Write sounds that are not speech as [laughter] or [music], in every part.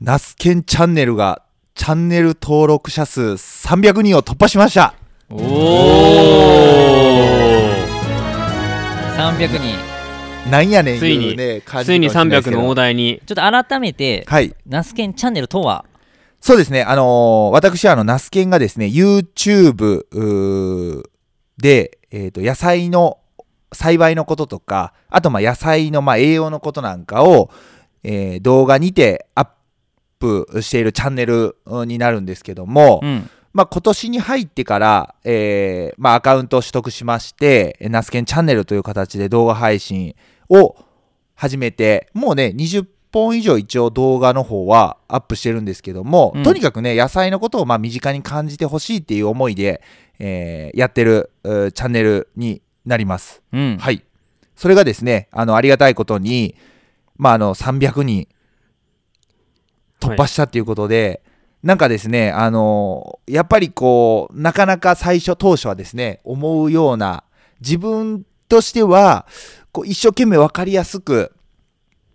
ナスケンチャンネルがチャンネル登録者数300人を突破しましたおお300人なんやねんついにいうね感ついにかもしれないですけ300どの大台にちょっと改めて、はいナスケンチャンネルとはそうですねあのー私はあのナスケンがですね YouTube うーで、えー、と野菜の栽培のこととかあとまあ野菜のまあ栄養のことなんかを、えー動画にてアップしているチャンネルうんになるんですけども、うんまあ、今年に入ってから、えーまあ、アカウントを取得しまして、えーナスケンチャンネルという形で動画配信を始めて、もうね、20本以上一応動画の方はアップしてるんですけども、うんとにかくね、野菜のことをまあ身近に感じてほしいっていう思いで、えーやってるうーチャンネルになります。うんはい。それがですね、あの、ありがたいことに、まあ、あの、300人突破したっていうことで、なんかですね、あのやっぱりこう、なかなか最初、当初はですね、思うような、自分としては、こう一生懸命分かりやすく、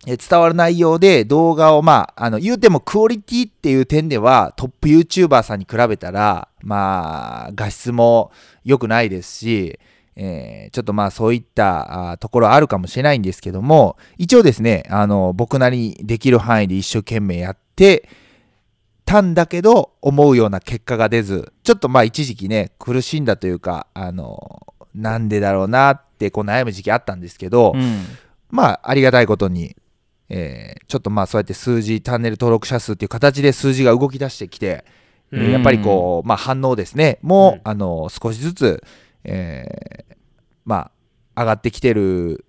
え伝わる内容で動画を、まあ、あの、言うてもクオリティっていう点では、トップ YouTuber さんに比べたら、まあ、画質も良くないですし、えーちょっとまあそういったあーところあるかもしれないんですけども一応ですねあの僕なりにできる範囲で一生懸命やってたんだけど思うような結果が出ずちょっとまあ一時期ね苦しんだというかあのなんでだろうなってこう悩む時期あったんですけど、うんまあ、ありがたいことに、えーちょっとまあ、そうやって数字、チャンネル登録者数っていう形で数字が動き出してきて、えーうんやっぱりこう、まあ、反応ですね、もう、うんあの、少しずつ、えーまあ、上がってきてる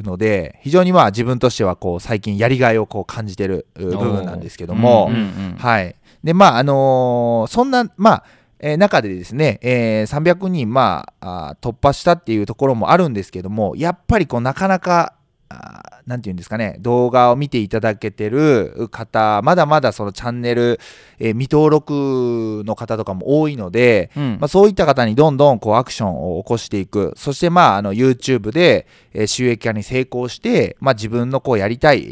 ので、非常にまあ、自分としては、こう、最近やりがいをこう感じてるう部分なんですけども、うんうんはい。で、まあ、あのーそんな、まあ、えー中でですね、えー300人、まああー突破したっていうところもあるんですけども、やっぱりこう、なかなか、あーなんていうんですかね、動画を見ていただけてる方、まだまだそのチャンネル、えー未登録の方とかも多いので、うんまあ、そういった方にどんどんこうアクションを起こしていく。そして、まあ、あの、YouTube でえー収益化に成功して、まあ、自分のこうやりたいえ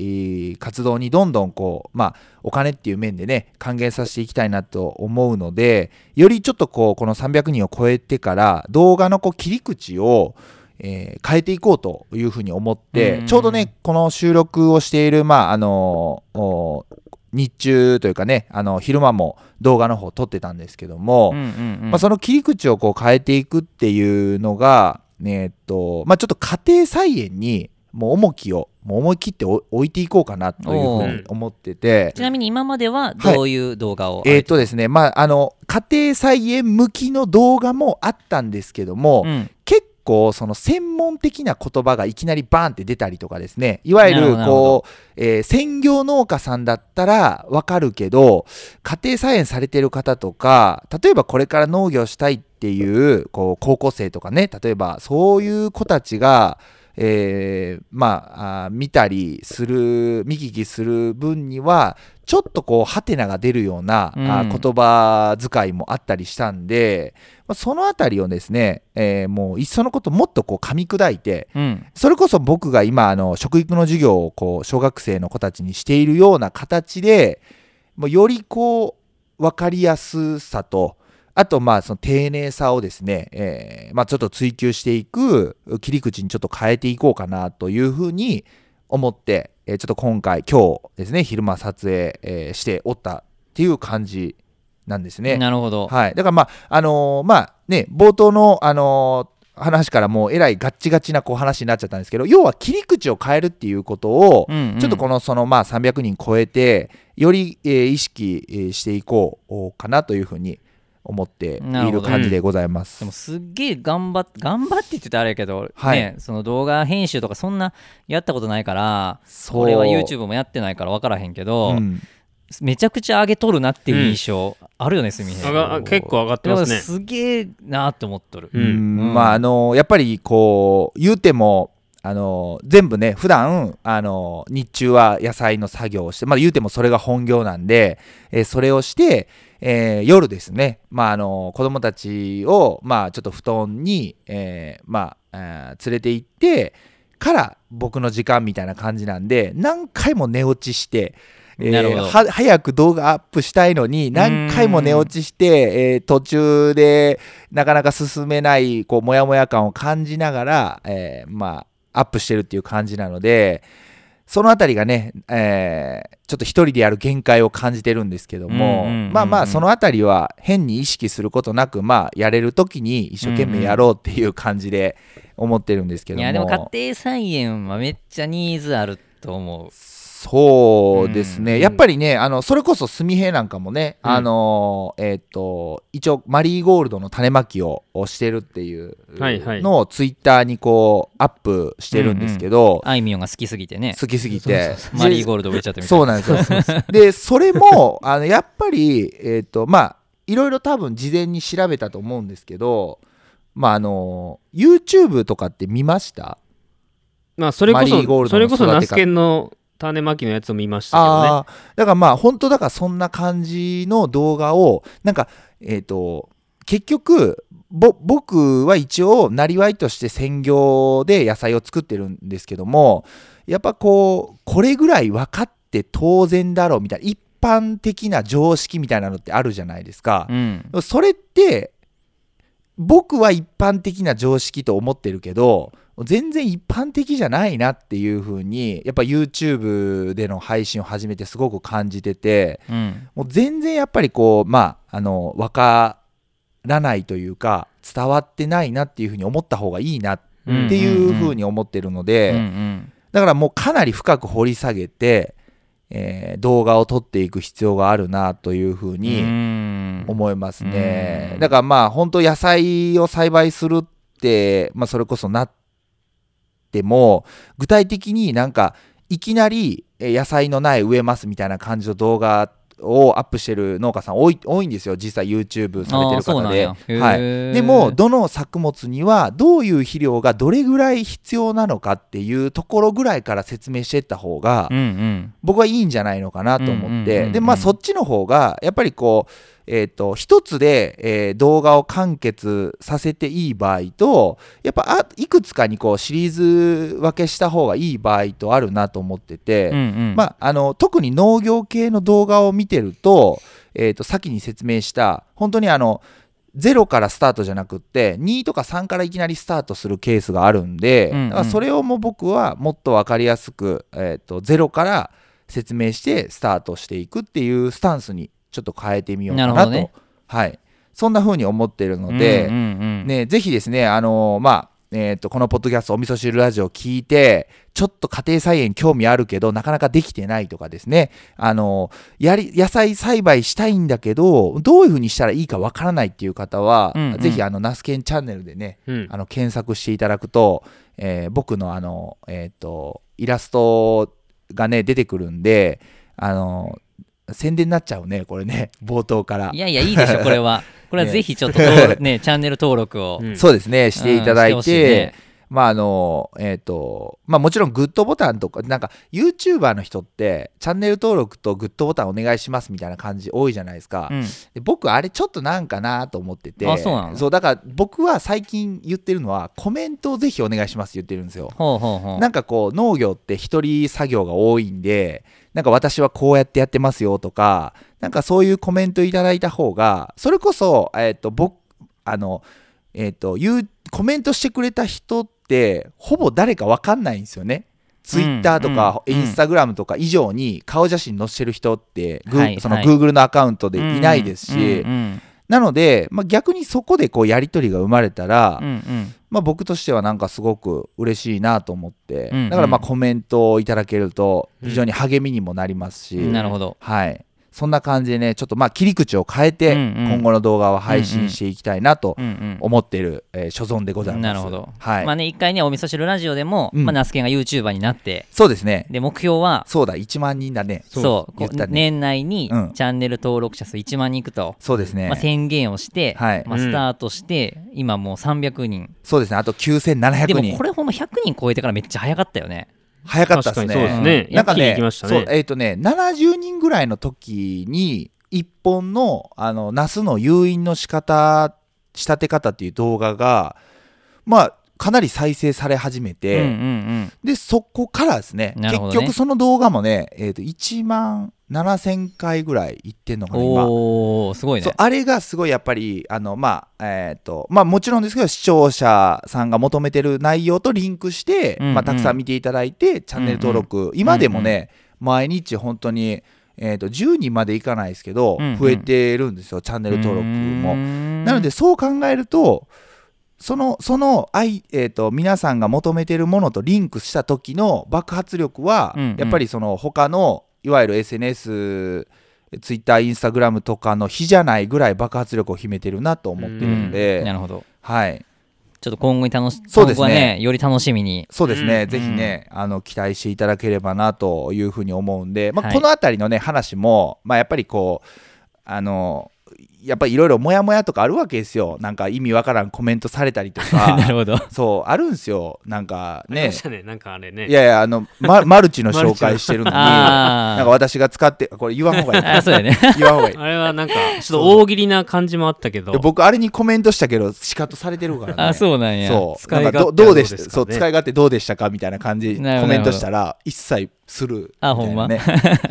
ー活動にどんどんこう、まあ、お金っていう面でね、還元させていきたいなと思うので、よりちょっとこう、この300人を超えてから、動画のこう切り口を、えー変えていこうというふうに思っうてん、ちょうどね、この収録をしている、まあ、あのお日中というかね、あの昼間も動画の方撮ってたんですけども、うんうんうんまあ、その切り口をこう変えていくっていうのが、ねえっとまあ、ちょっと家庭菜園にもう重きをもう思い切ってお置いていこうかなというふうに思ってて。ちなみに今まではどういう動画を、えーっとですね、まあ、あの家庭菜園向きの動画もあったんですけども、うん結構その専門的な言葉がいきなりバーンって出たりとかですねいわゆなるほるどなるほこう、えー専業農家さんだったらわかるけど家庭菜園されてる方とか例えばこれから農業したいっていうこう高校生とかね例えばそういう子たちが、えーまああー見たりする見聞きする分にはちょっとこうハテナが出るような、あーうん言葉遣いもあったりしたんで、まあ、そのあたりをですね、えーもういっそのこともっとこう噛み砕いてうんそれこそ僕が今あの食育の授業をこう小学生の子たちにしているような形でもうよりこう分かりやすさとあとまあその丁寧さをですね、えーまあ、ちょっと追求していく切り口にちょっと変えていこうかなというふうに思って、えーちょっと今回今日ですね昼間撮影、えーしておったっていう感じなんですね。なるほど、はい、だからまあ、あのーまあね、冒頭の、あのー話からもうえらいガッチガチなこう話になっちゃったんですけど要は切り口を変えるっていうことを、うんうんちょっとこのそのまあ300人超えてより、えー意識えーしていこうかなというふうに思ってなるいほるど感じでございます。でもすっげえ頑張っ頑張ってって言ってたらあれやけど、はいね、その動画編集とかそんなやったことないからそう俺は YouTube もやってないから分からへんけうど、んめちゃくちゃ上げとるなっていう印象あるよね、すみへん上があ結構上がってますねすげえなって思っとる、うんうんまああのやっぱりこう言うてもあの全部ね普段あの日中は野菜の作業をして、まあ、言うてもそれが本業なんで、えーそれをして、えー夜ですね、まあ、あの子供たちを、まあ、ちょっと布団に、えーまあ、あー連れて行ってから僕の時間みたいな感じなんで何回も寝落ちしてえーなるほどは早く動画アップしたいのに何回も寝落ちして、えー途中でなかなか進めないこうモヤモヤ感を感じながら、えーまあアップしてるっていう感じなのでそのあたりがね、えーちょっと一人でやる限界を感じてるんですけども、うんうんうんうんまあまあそのあたりは変に意識することなくまあやれる時に一生懸命やろうっていう感じで思ってるんですけども。いやでも家庭菜園はめっちゃニーズあると思うそうですね、うんやっぱりねあのそれこそ炭平なんかもね、うんあのえっ、と一応マリーゴールドの種まきをしてるっていうはいはいのをツイッターにこうアップしてるんですけど、あいみょんが好きすぎてね好きすぎてマリーゴールド植えちゃってみたいそうなんですよでそれも [laughs] あのやっぱりえっ、とまあいろいろ多分事前に調べたと思うんですけどまああの YouTube とかって見ましたまあそれこマリーゴーそルそドのれ育こて方そナスケンの種まきのやつを見ましたけどねああーだからまあ本当だからそんな感じの動画をなんかえっ、と結局ぼ僕は一応なりわいとして専業で野菜を作ってるんですけどもやっぱこうこれぐらい分かって当然だろうみたいな一般的な常識みたいなのってあるじゃないですか。うんそれって僕は一般的な常識と思ってるけど全然一般的じゃないなっていう風にやっぱ YouTube での配信を始めてすごく感じててうんもう全然やっぱりこうまああの分からないというか伝わってないなっていう風に思った方がいいなっうんうんていう風に思ってるので、うんうんだからもうかなり深く掘り下げて、えー動画を撮っていく必要があるなという風に、うん思いますねう。んだからまあ本当野菜を栽培するって、まあ、それこそなっても具体的になんかいきなりえ野菜の苗植えますみたいな感じの動画をアップしてる農家さん多い多いんですよ実際 YouTube されてあるーそう方なんで。やはいへーでもどの作物にはどういう肥料がどれぐらい必要なのかっていうところぐらいから説明していった方がうんうん僕はいいんじゃないのかなと思っうんうんうんうてんでまあそっちの方がやっぱりこうえっ、と一つで、えー動画を完結させていい場合とやっぱあいくつかにこうシリーズ分けした方がいい場合とあるなと思ってて、うんうんまあ、あの特に農業系の動画を見てると,、えー、と先に説明した本当にあの0からスタートじゃなくって2とか3からいきなりスタートするケースがあるんで、うんうんだからそれをもう僕はもっと分かりやすく、えー、と0から説明してスタートしていくっていうスタンスにちょっと変えてみようかななとるほどねはい、そんな風に思ってるので。うんうんうんね、ぜひですね、あのーまあ、えーと、このポッドキャスト、お味噌汁ラジオを聞いて、ちょっと家庭菜園興味あるけど、なかなかできてないとかですね、あのーやり、野菜栽培したいんだけど、どういうふうにしたらいいかわからないっていう方は、うんうんぜひ、あの、ナスケンチャンネルでね、うんあの、検索していただくと、えー僕のあの、えっ、と、イラストがね、出てくるんで、あのー宣伝になっちゃうね、これね、冒頭からい。やいやいいでしょこ [laughs] れはこれはぜひちょっと登録ねチャンネル登録をうんそうですね、していただい、うんしてほしいねまああのえっ、とまあもちろんグッドボタンとかなんか YouTuber の人ってチャンネル登録とグッドボタンお願いしますみたいな感じ多いじゃないですか、うんで僕あれちょっとなんかなと思っててあそうなのだから僕は最近言ってるのはコメントをぜひお願いしますって言ってるんですよほうほうほうなんかこう農業って一人作業が多いんでなんか私はこうやってやってますよとかなんかそういうコメントいただいた方がそれこそ、えっと僕あのえっ、と言うコメントしてくれた人ってほぼ誰か分かんないんですよね。ツイッターとかうんインスタグラムとか以上に顔写真載せてる人って、グーはいそのはい Google のアカウントでいないですし、うんうんなので、まあ、逆にそこでこうやり取りが生まれたら、うんうんまあ、僕としてはなんかすごく嬉しいなと思って、うんうんだからまあコメントをいただけるとうん非常に励みにもなりますし、うんなるほどはい、そんな感じでねちょっとまあ切り口を変えてうんうん今後の動画は配信していきたいなとうんうん思っている、えー所存でございます。なるほどはいまあね一回ねお味噌汁ラジオでもうんまあナスケンが YouTuber になってそうですねで目標はそうだ1万人だねそうそう言こったね年内にチうんャンネル登録者数1万人いくとそうですね、まあ宣言をしてはいまあうんスタートして今もう300人そうですねあとで9700も人これほんま100人超えてからめっちゃ早かったよね早かったですね確かにそうですねなんか一気にね行きましたそねうえっ、とね70人ぐらいの時に一本のあのナスの誘引の仕方仕立て方っていう動画がまあかなり再生され始めうんうて、んうんでそこからですねなるほど結ね局その動画もね、えー、と1万7000回ぐらい行ってんのかな今おおすごいそうね。あれがすごいやっぱりあのまあえっ、とまあもちろんですけど視聴者さんが求めてる内容とリンクして、うんうんまあ、たくさん見ていただいてチャンネル登録、今でもね、毎日本当にえっ、と10人までいかないですけど、うんうん増えてるんですよチャンネル登録も。ななので、そう考えるとそのその愛、えー、と皆さんが求めてるものとリンクした時の爆発力は、うんうんやっぱりその他のいわゆる SNS ツイッターインスタグラムとかの比じゃないぐらい爆発力を秘めてるなと思ってるんで、なるほど。はいちょっと今後に楽し、そう今ですね後はね、より楽しみに。そうですね、うんぜひねあの期待していただければなというふうに思うんで、まあはいこの辺りのね話も、まあ、やっぱりこうあのやっぱりいろいろモヤモヤとかあるわけですよなんか意味わからんコメントされたりとか [laughs] なるほど。そうあるんすよなんかありまねしたね、なんかあれね。いやいやあの、 [laughs] ママルチの紹介してるのになあんか私が使ってこれ言わんほうがいいあ。 [laughs] あ、かそうだよね。言わんほうがいいあれはなんか、ちょっと大喜利な感じもあったけどいや、僕あれにコメントしたけどシカとされてるからねあ、そうなんや。そう使いなんかど勝手。どうでしたどうですかそねう使い勝手どうでしたかみたいな感じコなるほどメントしたら一切するあほんまね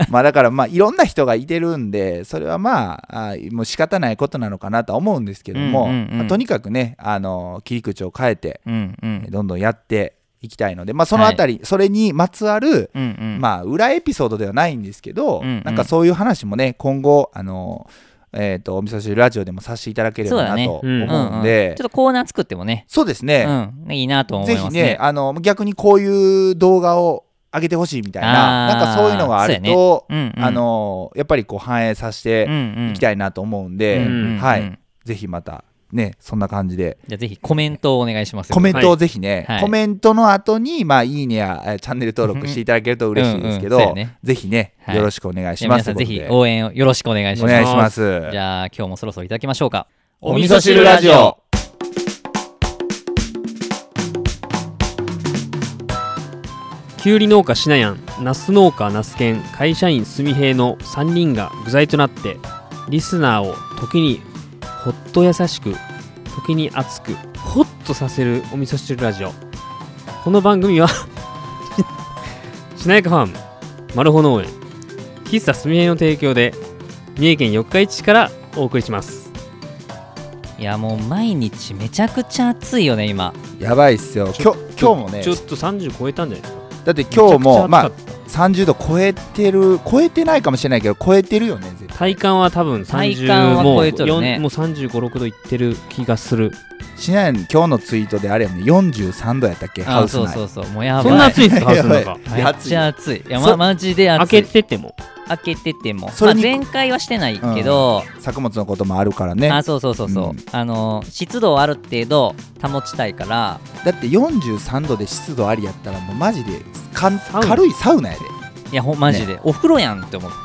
まあだからまあいろんな人がいてるんでそれはまああもう仕方ないことなのかなとは思うんですけども、うんうんうんまあとにかくねあの切り口を変えてうんうん。どんどんやっていきたいので、まあ、そのあたり、それにまつわる、うんうん。まあ、裏エピソードではないんですけど、うんうんなんかそういう話もね今後あの、えー、とお味噌汁ラジオでもさせていただければそうだなねと思ううんんうんうんでちょっとコーナー作ってもね。そうですうね、ん。いいなと思いぜひますねね。あの逆にこういう動画を上げてほしいみたいなあーなんかそういうのがあると、うんうん。あのやっぱりこう反映させうんてうん、いきたいなと思うんで、うんうんうんはい。ぜひまたねそんな感じでじゃあぜひコメントをお願いしますよ。コメントをぜひね、はいコメントの後にまあいいねやえーチャンネル登録していただけると嬉しいですけど、うんうんそうやねぜひね、はいよろしくお願いしじゃあま皆すさんといぜうひこと応援をよろしくお願いでしおます。願いしますじゃあ今日もそろそろいただきましょうか。お味噌汁ラジオきゅうり農家しなやん、ナス農家ナスケン、会社員すみへいの3人が具材となって、リスナーを時にほっと優しく、時に熱く、ほっとさせるお味噌汁ラジオ。この番組は、 [laughs] しなやかファン、マルホ農園、喫茶すみへいの提供で、三重県四日市市からお送りします。いやもう毎日めちゃくちゃ暑いよね今。やばいっすよ今日今日もねちょっと30超えたんじゃないですかだって今日もまああ、 30度超えてる超えてないかもしれないけど超えてるよね絶対体感は多分30体感はも超うえとるね四もう35、6度いってる気がする。しないのに今日のツイートであれやね43度やったっけハあウスそう内そうそうもうやばい。そんな暑いんですか、ハウス [laughs] のやば中い。めっちゃ暑い。いやまそマジで開暑けい。てても。開けてても。そまれあに全開はしてないけど。作物のこともあるからねあそうそうそうそう、うんあの湿度をある程度保ちたいからだって43度で湿度ありやったらもうマジでかんウナ軽いサウナやで、いやほんマジで、お風呂やんって思って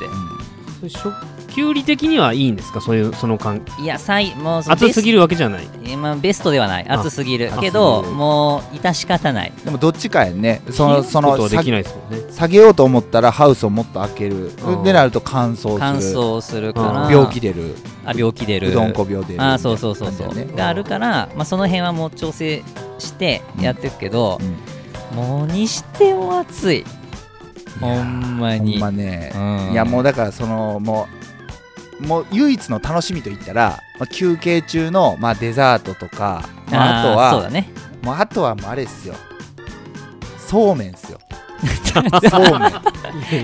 それ食給理的にはいいんですか、そういう、その感。いやさいもう暑すぎるるわけじゃない。まあ、ベストではないあ暑すぎる暑すぎるけどもう致し方ないでもどっちかやんねその冷やすそことのはでさきないですもんね。下げようと思ったらハウスをもっと開けるうんでなると乾燥する乾燥するからあ病気出るあ病気出うるどんこ病出るあそうそうそうそみたいう、な感じだよねがあるから、まあ、その辺はもう調整してやっていくけど、もうにしても暑いうんいやほんまほにんまね、うんいやもうだからそのもうもう唯一の楽しみといったら、まあ、休憩中の、まあ、デザートとか、まあ、あとーそうは [laughs] だねもうあとはもうあれですよそうめんですよそう [laughs]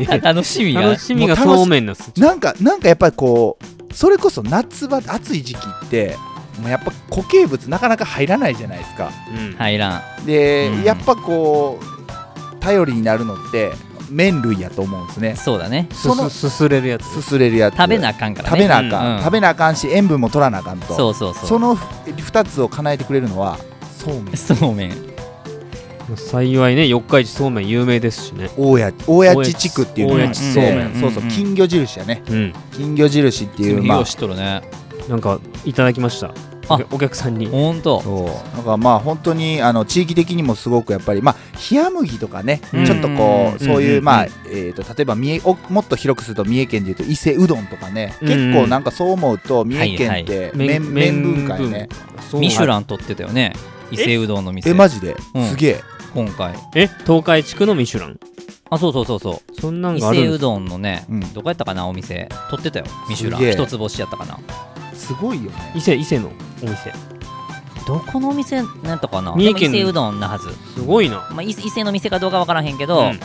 めん楽しみが楽しみがもう楽しそうめんなんです。なんかなんかやっぱりこうそれこそ夏場暑い時期ってもうやっぱ固形物なかなか入らないじゃないですかうん入らんで、うんやっぱこう頼りになるのって麺類やと思うんですねそうだねそのすすすすれるやつ。すすれるやつ食べなあかんからね食べなあかん、うん食べなあかんし塩分も取らなあかんとそうそうそうその2つを叶えてくれるのはそうめんそうめん幸いね、四日市そうめん有名ですしね。大家大家地区っていうのがあって大家地そうめんそうそううんうん金魚印やねうん。金魚印っていうまあしとるねなんか、いただきました。あお客お客さんに。ほんとそうなんかまあ本当にあの地域的にもすごくやっぱりまあ冷麦とかね、うんちょっとこううんそういう、うんまあ、えー、と例えば三重おもっと広くすると三重県でいうと伊勢うどんとかね、うん結構なんかそう思うと三重県って麺麺,、麺文化やね。そうミシュラン取ってたよね伊勢うどんの店えマジで、うんすげえ今回え東海地区のミシュランあそうそうそうそそんなうん伊がある勢んでうすどんのね、うんどこやったかなお店取ってたよミシュラすげえン一つ星やったかなすごいよね伊勢伊勢のお店どこのお店なんやったかな三重県でも伊勢うどんなはず、すごいなまあ、伊勢伊勢の店かどうかわからへんけど、ん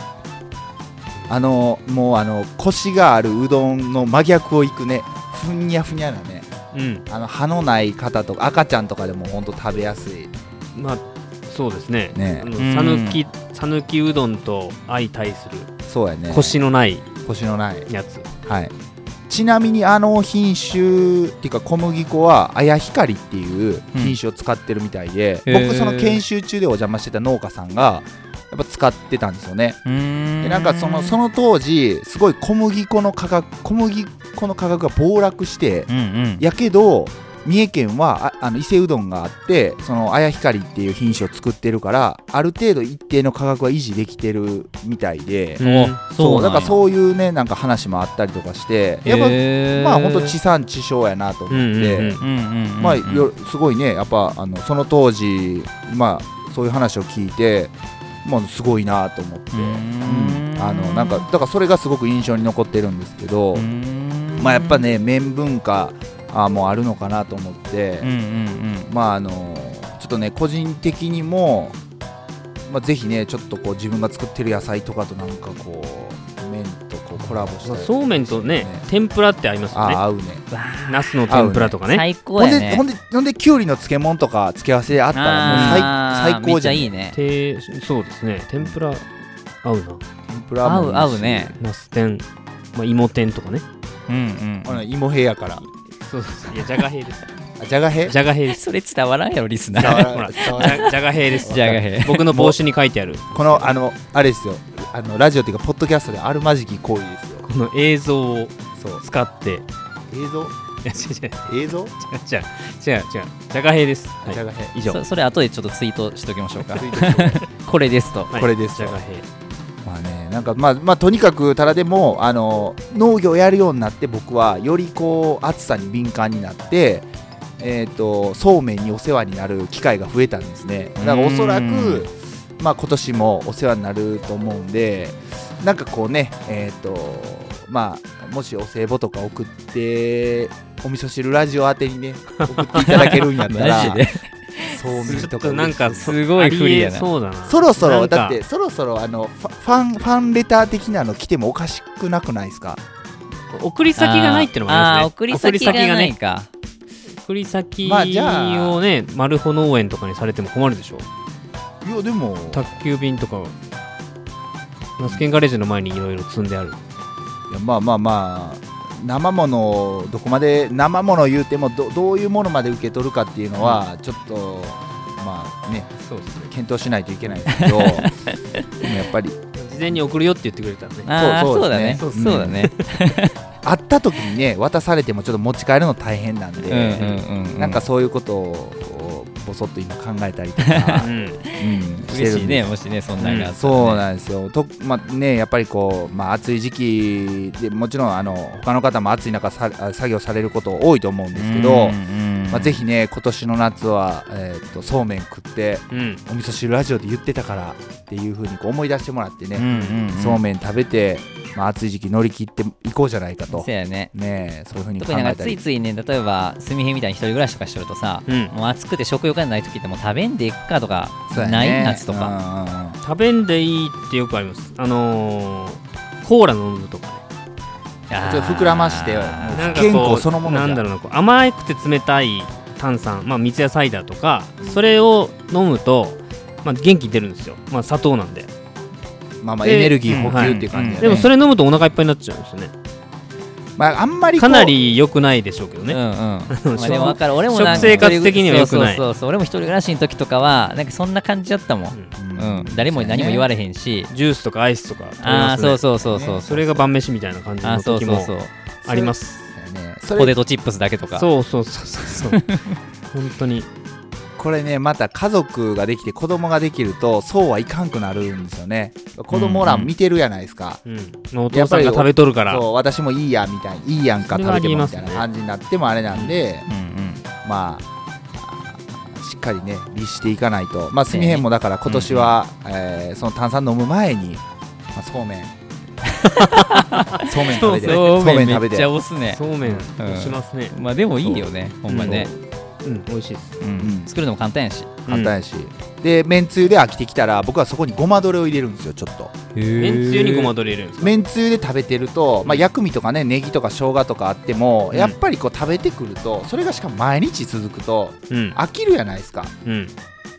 あのもうあのコシがあるうどんの真逆をいくねふにゃふにゃなねうんあの歯のない方とか赤ちゃんとかでもほんと食べやすいまあそうですねねあのうんさぬきさぬきうどんと相対するそうやねコシのないコシのないやつはいちなみにあの品種っていうか小麦粉は綾光っていう品種を使ってるみたいで、うんへー僕その研修中でお邪魔してた農家さんがやっぱ使ってたんですよねうーでなんかそのその当時すごい小麦粉の価格小麦粉の価格が暴落してうんうんやけど三重県はああの伊勢うどんがあってその綾光っていう品種を作ってるからある程度一定の価格は維持できてるみたいで、うんそうだかなんやらそういうねなんか話もあったりとかしてやっぱ、へーまあ本当地産地消やなと思って、うんうんうんうんうんうんうんまあよすごいねやっぱあのその当時まあそういう話を聞いてまあすごいなと思って、うーうんんあのなんかだからそれがすごく印象に残ってるんですけど、うーんまあやっぱね麺文化あもあるのかなと思ってうんう、んうんまああのちょっとね個人的にも、まあ、ぜひねちょっとこう自分が作ってる野菜とかとなんかこう麺とこうコラボしたりそうめんとねね天ぷらって合いますよあね合うねナスの天ぷらとかね最ほ高んでやねほんでほんできゅうりの漬物とか付け合わせであったらもう最あー最高じゃんめっちゃいいねてそうですね天ぷら合うな天ぷらもいいし合う合うねナス天まあ芋天とかねうんうんほら芋平やからそうそういやじゃがへいですあじゃが平じゃがへいですそれ伝わらんやろリスナ伝ーわらんほら伝わじらんゃじゃがへいですじゃがへ僕の帽子に書いてあるこのあのあれですよあのラジオっていうかポッドキャストであるまじき行為ですよこの映像をそう使って映像いや違う違う映像違う違う違う違うじゃがへいです、あはいじゃが平以上そそれ後でちょっとツイートしときましょうかツイートしよこれですとはいこれですじゃがへいまあねなんかまあまあとにかくただでもあの農業やるようになって僕はよりこう暑さに敏感になってえっ、とそうめんにお世話になる機会が増えたんですねだからおそらうんくまあ今年もお世話になると思うんでなんかこうねえっ、とまあもしお歳暮とか送ってお味噌汁ラジオ宛てにね送っていただけるんやったらマジでそうめんちょとっかとなんかすごい不利やなありえそうだなそろそなろんかだってそろそろあのファファンファンレター的なの来てもおかしくなくないですか送り先がないっていうのもあありますーね送り先が送りないねか送り先まあじゃあをねマルホ農園とかにされても困るでしょいやでも宅急便とかナスケンガレージの前にいろいろ積んであるいやまあまあまあ生ものをどこまで生もの言うてもどどういうものまで受け取るかっていうのは、ちょっとまあねそうですね検討しないといけないですけ [laughs] どでもやっぱり事前に送るよって言ってくれたらねああそうそうだねそそううですねだね会った時にね渡されてもちょっと持ち帰るの大変なんうで、んうんうんうなんかそういうことをぼそっと今考えたりとかう、ん [laughs] うんてるん嬉でしいねもしねそんなんがあったらねそうなんですよ、とまあね、やっぱりこう、まあ、暑い時期でもちろんあの他の方も暑い中さあ作業されること多いと思うんですけど、まあ、ぜひね今年の夏は、えー、とそうめん食ってうんお味噌汁ラジオで言ってたからっていう風にこう思い出してもらってね、そそうめん食べて、まあ、暑い時期乗り切っていこうじゃないかとそう。やねねえそういう風に考特になえんかたついりついね例えば炭火みたいに一人暮らしとかしてるとさうんもう暑くて食欲がない時ってもう食べんでいくかとかそうやねない夏とかうん食べんでいいってよくありますあのー、コーラ飲むとかねあーちょっと膨らましてよなんか不健こ康うそのものじゃなんんだろうなこう甘くて冷たい炭酸、まあ、三ツ矢サイダーとかそれを飲むと、まあ、元気出るんですよ、まあ、砂糖なんでまあまあでエネルギー補給っていう感じうで、んはでいねもそれ飲むとお腹いっぱいになっちゃうんですよねまあ、あんまりこうかなり良くないでしょうけどうんね、うんまあでも分かる俺もなんか食生活的には良くないそうそうそうそう俺も一人暮らしの時とかはなんかそんな感じだったもんううん誰も何も言われれへんしジュースとかアイスとか飲みあまあすねそうそうそうそうねうそれが晩飯みたいな感じあのーそう時そうもそうありますねそポテれトチップスだけとかそうそうそ [laughs] うそうそう本当にこれねまた家族ができて子供ができるとそうはいかんくなるんですよね子供ら見てるやないですか、うんまあお父さんが食べとるからそう私もいいやみたいないいやんかそれ食はべてもみたいあなりますね感じになってもあれなんで、うんうんまああしっかりね律していかないとまあすみへんもだから今年は、えーその炭酸飲む前にあそ [laughs] うめんそうめん食べてそうそうめめんん食めべっちゃて押すねそうめんうんしますねまあでもいいよねほんまねうん美味しいですうんうん作るのも簡単やし簡単やし、でめんつゆで飽きてきたら僕はそこにごまどれを入れるんですよちょっとめめんつゆにごまどれ入れるんですかめんつゆで食べてると、まあ、薬味とかねネギとか生姜とかあっても、うんやっぱりこう食べてくるとそれがしかも毎日続くとうん飽きるやないですかうん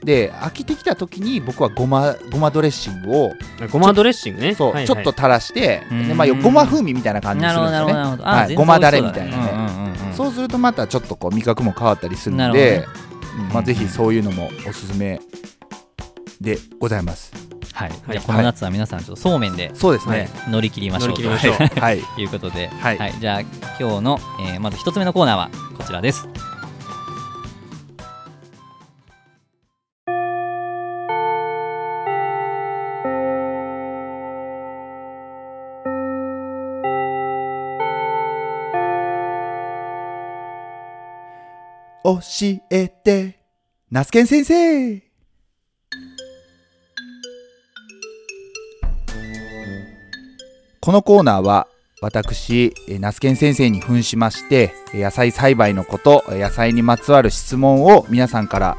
で飽きてきた時に僕はごまごまドレッシングをごまドレッシングねそう、はいはいちょっと垂らしてうんで、まあ、ごま風味みたいな感じになするるんほどですなるよねほどなるほどはあい全然ごまだれみたい美味しなねうそうするとまたちょっとこう味覚も変わったりするなのるほどでねうんまあ、ぜひそういうのもおすすめでございますそうだねはいじはいゃあこの夏は皆さんちょっとそうめんでそうですね乗り切りましょうと乗り切りましょうはい、 [laughs] ということではいはいじゃあ今日のえーまず一つ目のコーナーはこちらです教えてナスケン先生このコーナーは私えーナスケン先生に扮しましてえー野菜栽培のことえー野菜にまつわる質問を皆さんから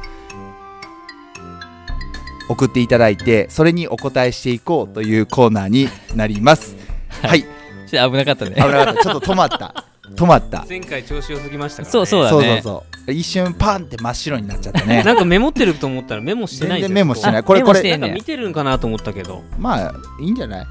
送っていただいてそれにお答えしていこうというコーナーになります。はい、ちょっと危なかった危ねなかったちょっと止まった止まった。前回調子良すぎましたからねそうそうだそうそうねそう一瞬パンって真っ白になっちゃったね。なんかメモってると思ったらメモしてない全然メモしていないこれメこモしてれなないんか見てるんかなと思ったけどまあいいんじゃない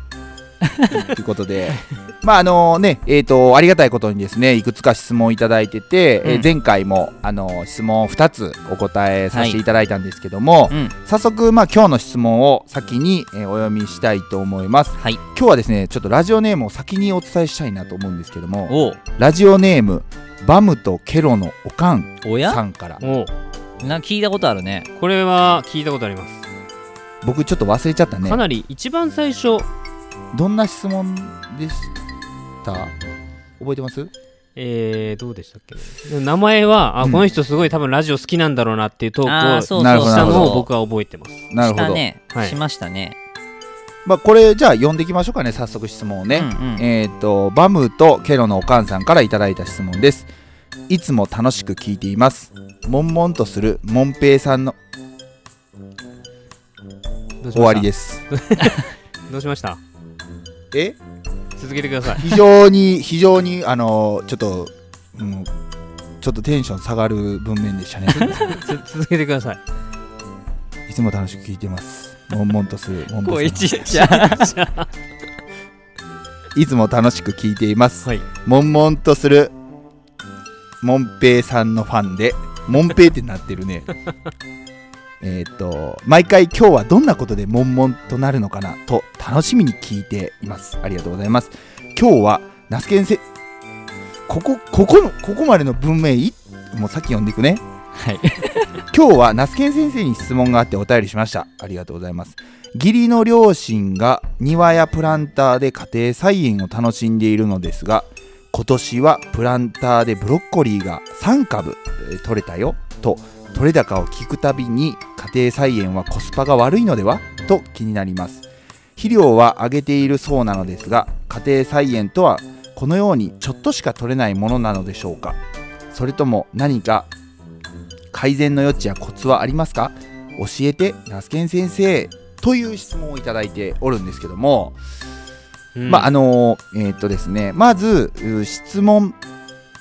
ということで、 [laughs] まああのねえー、とありがたいことにですねいくつか質問をいただいてて、えーうん前回も、あの質問2つお答えさせていただいたんですけども、うん早速、まあ、今日の質問を先に、えーお読みしたいと思いますはい今日はですねちょっとラジオネームを先にお伝えしたいなと思うんですけどもおうラジオネームバムとケロのおかんおやさんからおうなんか聞いたことあるねこれは聞いたことあります僕ちょっと忘れちゃったねかなり一番最初どんな質問でした覚えてますえー、どうでしたっけね名前はあ、うんこの人すごい多分ラジオ好きなんだろうなっていうトーあクあをしそうなるそうほどたなるのほを僕は覚えてますなるしほたど、ねはいしましたねまあ、これじゃあ読んでいきましょうかね早速質問をね、うんうんえっ、とバムとケロのおかんさんからいただいた質問ですいつも楽しく聞いています悶々とするもんぺいさんの終わりですすどうしましたえ続けて [laughs] ください非常に非常にあのちょっと、うん、ちょっとテンション下がる文面でしたね [laughs] つ続けてくださいいつも楽しく聞いてます悶々とするもんぺ声いさんちっちゃのいつも楽しく聞いていますはい悶々とするモンペイさんのファンでモンペイってなってるねえーっと毎回今日はどんなことで悶々となるのかなと楽しみに聞いていますありがとうございます今日はナスケンせここここのここまでの文明いもうさっき読んでいくねはい今日はナスケン先生に質問があってお便りしましたありがとうございます義理の両親が庭やプランターで家庭菜園を楽しんでいるのですが今年はプランターでブロッコリーが3株えー取れたよと取れ高を聞くたびに家庭菜園はコスパが悪いのではと気になります肥料は上げているそうなのですが家庭菜園とはこのようにちょっとしか取れないものなのでしょうかそれとも何か改善の余地やコツはありますか教えてナスケン先生という質問をいただいておるんですけども、うんまああのえーっとですねまずう質問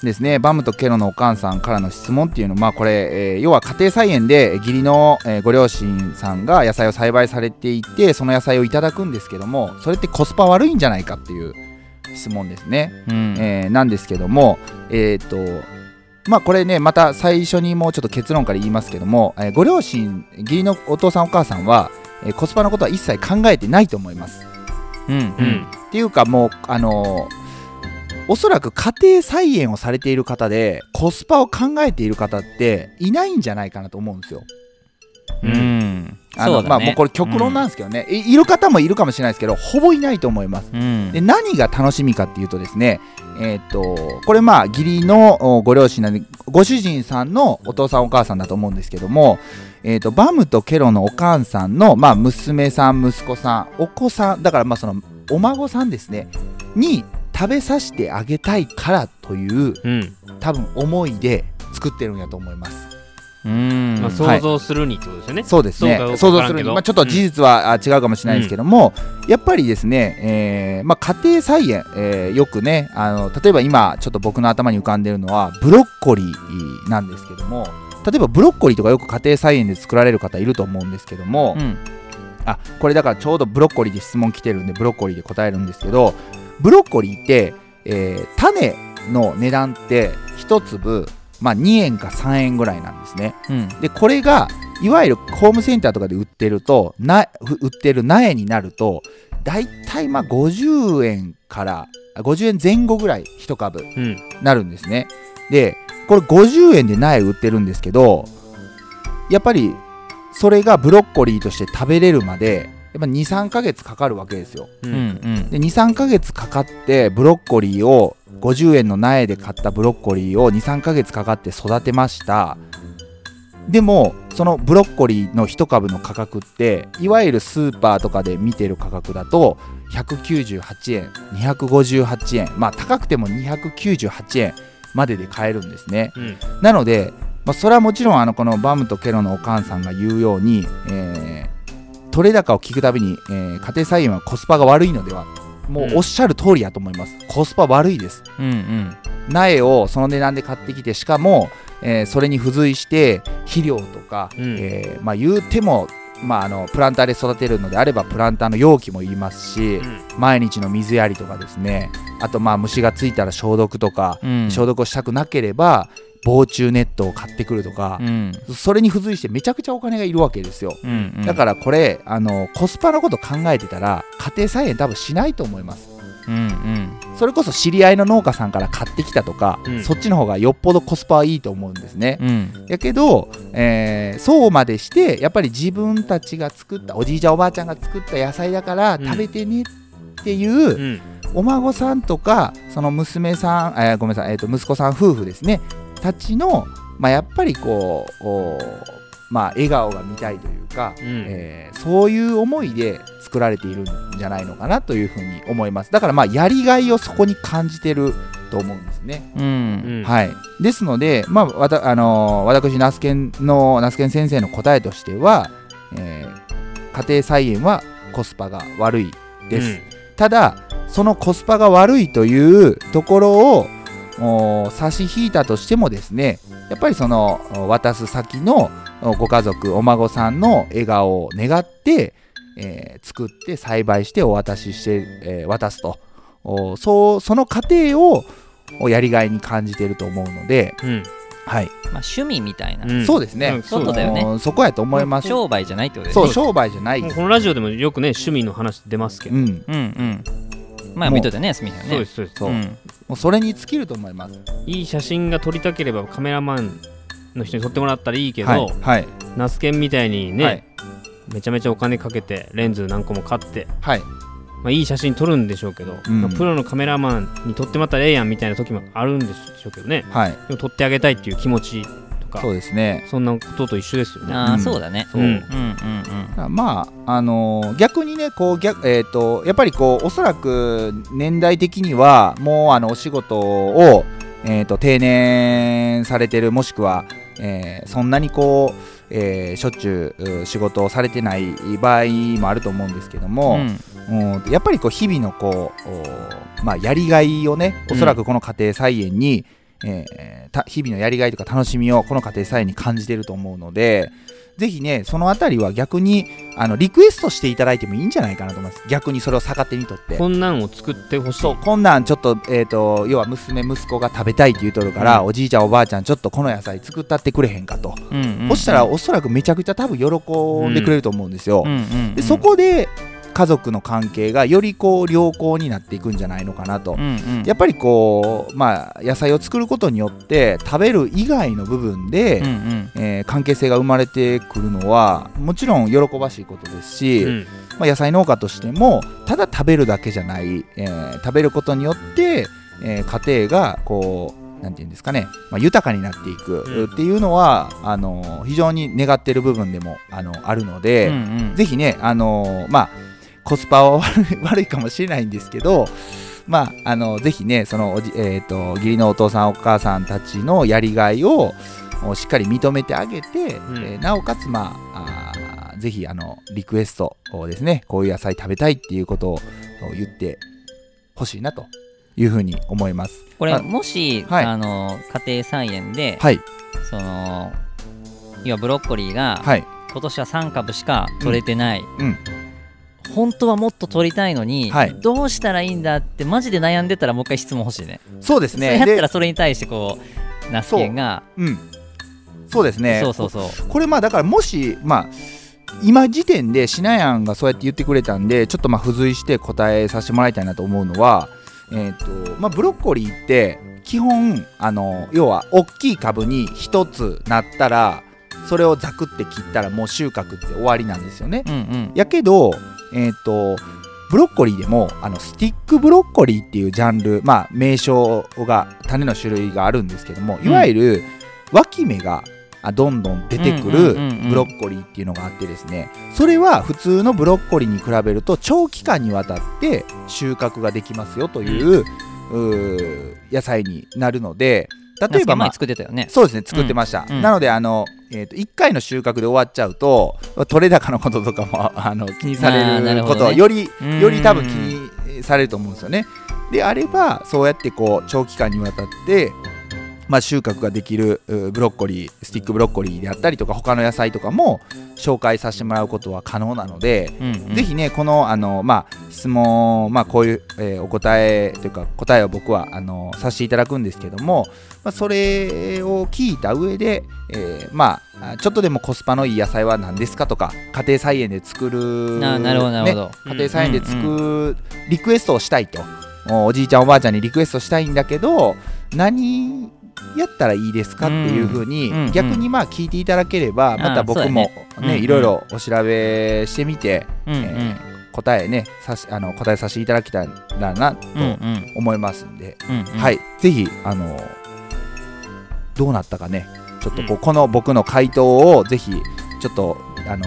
ですねバムとケロのお母さんからの質問っていうのは、まあ、これ、えー要は家庭菜園で義理の、えーご両親さんが野菜を栽培されていてその野菜をいただくんですけどもそれってコスパ悪いんじゃないかっていう質問ですね。うんえーなんですけども、えーとまあ、これねまた最初にもうちょっと結論から言いますけども、えーご両親義理のお父さんお母さんは、えーコスパのことは一切考えてないと思います。うんううんんっていうかもうあのーおそらく家庭菜園をされている方でコスパを考えている方っていないんじゃないかなと思うんですよ。うんうんあそのうまだあ、もねうこれ極論なんですけどね、いいる方もいるかもしれないですけどほぼいないと思います。うんで何が楽しみかっていうとですね、えーっとこれまあ義理のおご両親なんでご主人さんのお父さんお母さんだと思うんですけども、えーっとバムとケロのお母さんの、まあ、娘さん息子さんお子さんだからまあそのお孫さんですねに食べさせてあげたいからといううん、多分思いで作ってるんやと思いますうーん、まあ、そう想像するにってことですよね、そうですねそう想像かするわからんけに、どまあ、ちょっと事実は、あ違うかもしれないですけども、やっぱりですね、えーまあ、家庭菜園、えーよくねあの例えば今ちょっと僕の頭に浮かんでるのはブロッコリーなんですけども例えばブロッコリーとかよく家庭菜園で作られる方いると思うんですけども、うん、あこれだからちょうどブロッコリーで質問来てるんでブロッコリーで答えるんですけどブロッコリーって、えー種の値段って1粒、まあ、2円か3円ぐらいなんですねうん、でこれがいわゆるホームセンターとかで売ってるとなふ売ってる苗になるとだいたいまあ50円からあ50円前後ぐらい1株うん、なるんですねでこれ50円で苗売ってるんですけどやっぱりそれがブロッコリーとして食べれるまでやっぱ23ヶ月かかるわけですよううんん、うん、で23ヶ月かかってブロッコリーを50円の苗で買ったブロッコリーを23ヶ月かかって育てましたでもそのブロッコリーの1株の価格っていわゆるスーパーとかで見てる価格だと198円258円まあ高くても298円までで買えるんですねうんなので、まあ、それはもちろんあのこのバムとケロのお母さんが言うように、えー取れ高を聞くたびに、えー家庭菜園はコスパが悪いのではもううんおっしゃる通りやと思います、コスパ悪いですうん、うん、苗をその値段で買ってきてしかも、えーそれに付随して肥料とか、うんえーまあ、言うても、まあ、あのプランターで育てるのであればプランターの容器もいりますし毎日の水やりとかですねあとまあ虫がついたら消毒とかうん、消毒をしたくなければ防虫ネットを買ってくるとかう、ん、それに付随してめちゃくちゃお金がいるわけですよ、うん、うん、だからこれあのコスパのこと考えてたら家庭菜園多分しないと思いますら、うん、うん、それこそ知り合いの農家さんから買ってきたとか、うんそっちの方がよっぽどコスパはいいと思うんですね、うん、やけど、えーそうまでしてやっぱり自分たちが作ったおじいちゃんおばあちゃんが作った野菜だからうん食べてねっていう、うんお孫さんとかその娘さん、えーごめんなさい、えー、と息子さん夫婦ですねたちの、まあ、やっぱりこうおーまあ、笑顔が見たいというか、うんえーそういう思いで作られているんじゃないのかなというふうに思いますだからまあやりがいをそこに感じてると思うんですね、うん、うんはい、ですので、まあわたあのー私ナスケンのナスケン先生の答えとしては、えー家庭菜園はコスパが悪いです、ただそのコスパが悪いというところをお差し引いたとしてもですねやっぱりそのお渡す先のおご家族お孫さんの笑顔を願って、えー作って栽培してお渡しして、えー渡すとおそうその過程をおやりがいに感じてると思うので、うんはいまあ、趣味みたいな、うんそうですねうんそうそうだよねおそこやと思います、商売じゃないってことですそねう商売じゃないもうこのラジオでもよくね趣味の話出ますけど、うんうん、うん、まあ、見といたね、スミさんね、そうですそうですそう,、うんも、うそれに尽きると思いますいい写真が撮りたければカメラマンの人に撮ってもらったらいいけど、はいはいナスケンみたいにね、はいめちゃめちゃお金かけてレンズ何個も買って、はいまあ、いい写真撮るんでしょうけど、んまあプロのカメラマンに撮ってもらったらええやんみたいな時もあるんでしょうけどねはいでも撮ってあげたいっていう気持ちとかそうですね。そんなことと一緒ですよね。ああ、うんそうだねそううんうんうんまああのー逆にねこう逆、えー、とやっぱりこうおそらく年代的にはもうあのお仕事を、えー、と定年されてるもしくは、えーそんなにこう、えーしょっちゅうう仕事をされてない場合もあると思うんですけどうも、ん、うんやっぱりこう日々のこう、おまあ、やりがいをねおそらくこの家庭菜園に、えーた日々のやりがいとか楽しみをこの家庭菜園に感じてると思うのでぜひねそのあたりは逆にあのリクエストしていただいてもいいんじゃないかなと思います逆にそれを逆手にとって。こんなんを作ってほしい。そうこんなんちょっと,、えー、と要は娘息子が食べたいって言うとるから、うおじいちゃんおばあちゃんちょっとこの野菜作ったってくれへんかと、うん、うん、そしたらおそらくめちゃくちゃ多分喜んでくれると思うんですよ、うん、うん、でそ、こで家族の関係がよりこう良好になっていくんじゃないのかなとうん、う。ん、やっぱりこう、まあ、野菜を作ることによって食べる以外の部分で、うん、うん、えー関係性が生まれてくるのはもちろん喜ばしいことですし、うんまあ、野菜農家としてもただ食べるだけじゃない、えー食べることによって、えー家庭がこうなんていうんですかね、まあ、豊かになっていくうんっていうのは、あの非常に願っている部分でもあのあるので、うん、うん、ぜひね、あのーまあ、コスパは [laughs] 悪い悪いかもしれないんですけど、まあ、あのぜひねそのおじ、えー、と義理のお父さんお母さんたちのやりがいをおしっかり認めてあげて、んえーなおかつ、まあ、あーぜひあのリクエストをですねこういう野菜食べたいっていうことを言ってほしいなというふうに思います。あこれもし、はいあの家庭菜園で、はい、その要はブロッコリーが、はい、今年は3株しか取れてない、うん本当はもっと取りたいのに、はいどうしたらいいんだってマジで悩んでたらもう一回質問欲しいねそうですそね。れやったで、らそれに対してこうナスケンがうん、そうですね。そうそうそうこれまあだからもしまあ今時点でシナヤンがそうやって言ってくれたんでちょっとまあ付随して答えさせてもらいたいなと思うのは、えーとまあ、ブロッコリーって基本あの要は大きい株に1つなったらそれをザクって切ったらもう収穫って終わりなんですよね。うんうんやけど、えー、とブロッコリーでもあのスティックブロッコリーっていうジャンル、まあ、名称が種の種類があるんですけどもいわゆる脇芽があどんどん出てくうんうるんうんうんブロッコリーっていうのがあってですねそれは普通のブロッコリーに比べると長期間にわたって収穫ができますよという,、うー野菜になるのでナ例えスケば、ンま前あ、作ってたよねそうですね作ってました、うんうんなのであの、えー、と1回の収穫で終わっちゃうと取れ高のこととかも [laughs] あの気にさあーれなるるこほとどねよりうんより多分気にされると思うんですよねであればそうやってこう長期間にわたってまあ、収穫ができるうブロッコリースティックブロッコリーであったりとか他の野菜とかも紹介させてもらうことは可能なので、うんうんぜひねこのあの、まあ、質問、まあ、こういう、えーお答えというか答えを僕はあのさせていただくんですけども、まあ、それを聞いた上で、えーまあ、あちょっとでもコスパのいい野菜は何ですかとか家庭菜園で作るななるほどなねるほど、家庭菜園で作るリクエストをしたいと、おおじいちゃんおばあちゃんにリクエストしたいんだけど何やったらいいですかっていうふうに、うんうんうん逆にまあ聞いていただければまた僕そうだもねねうんうんいろいろお調べしてみて、うんうんえ答えねさしあの答えさせていただきたいらなとうんうん思いますんで、うんうんはいぜひあのどうなったかねちょっとこ,、ううんこの僕の回答をぜひちょっとあの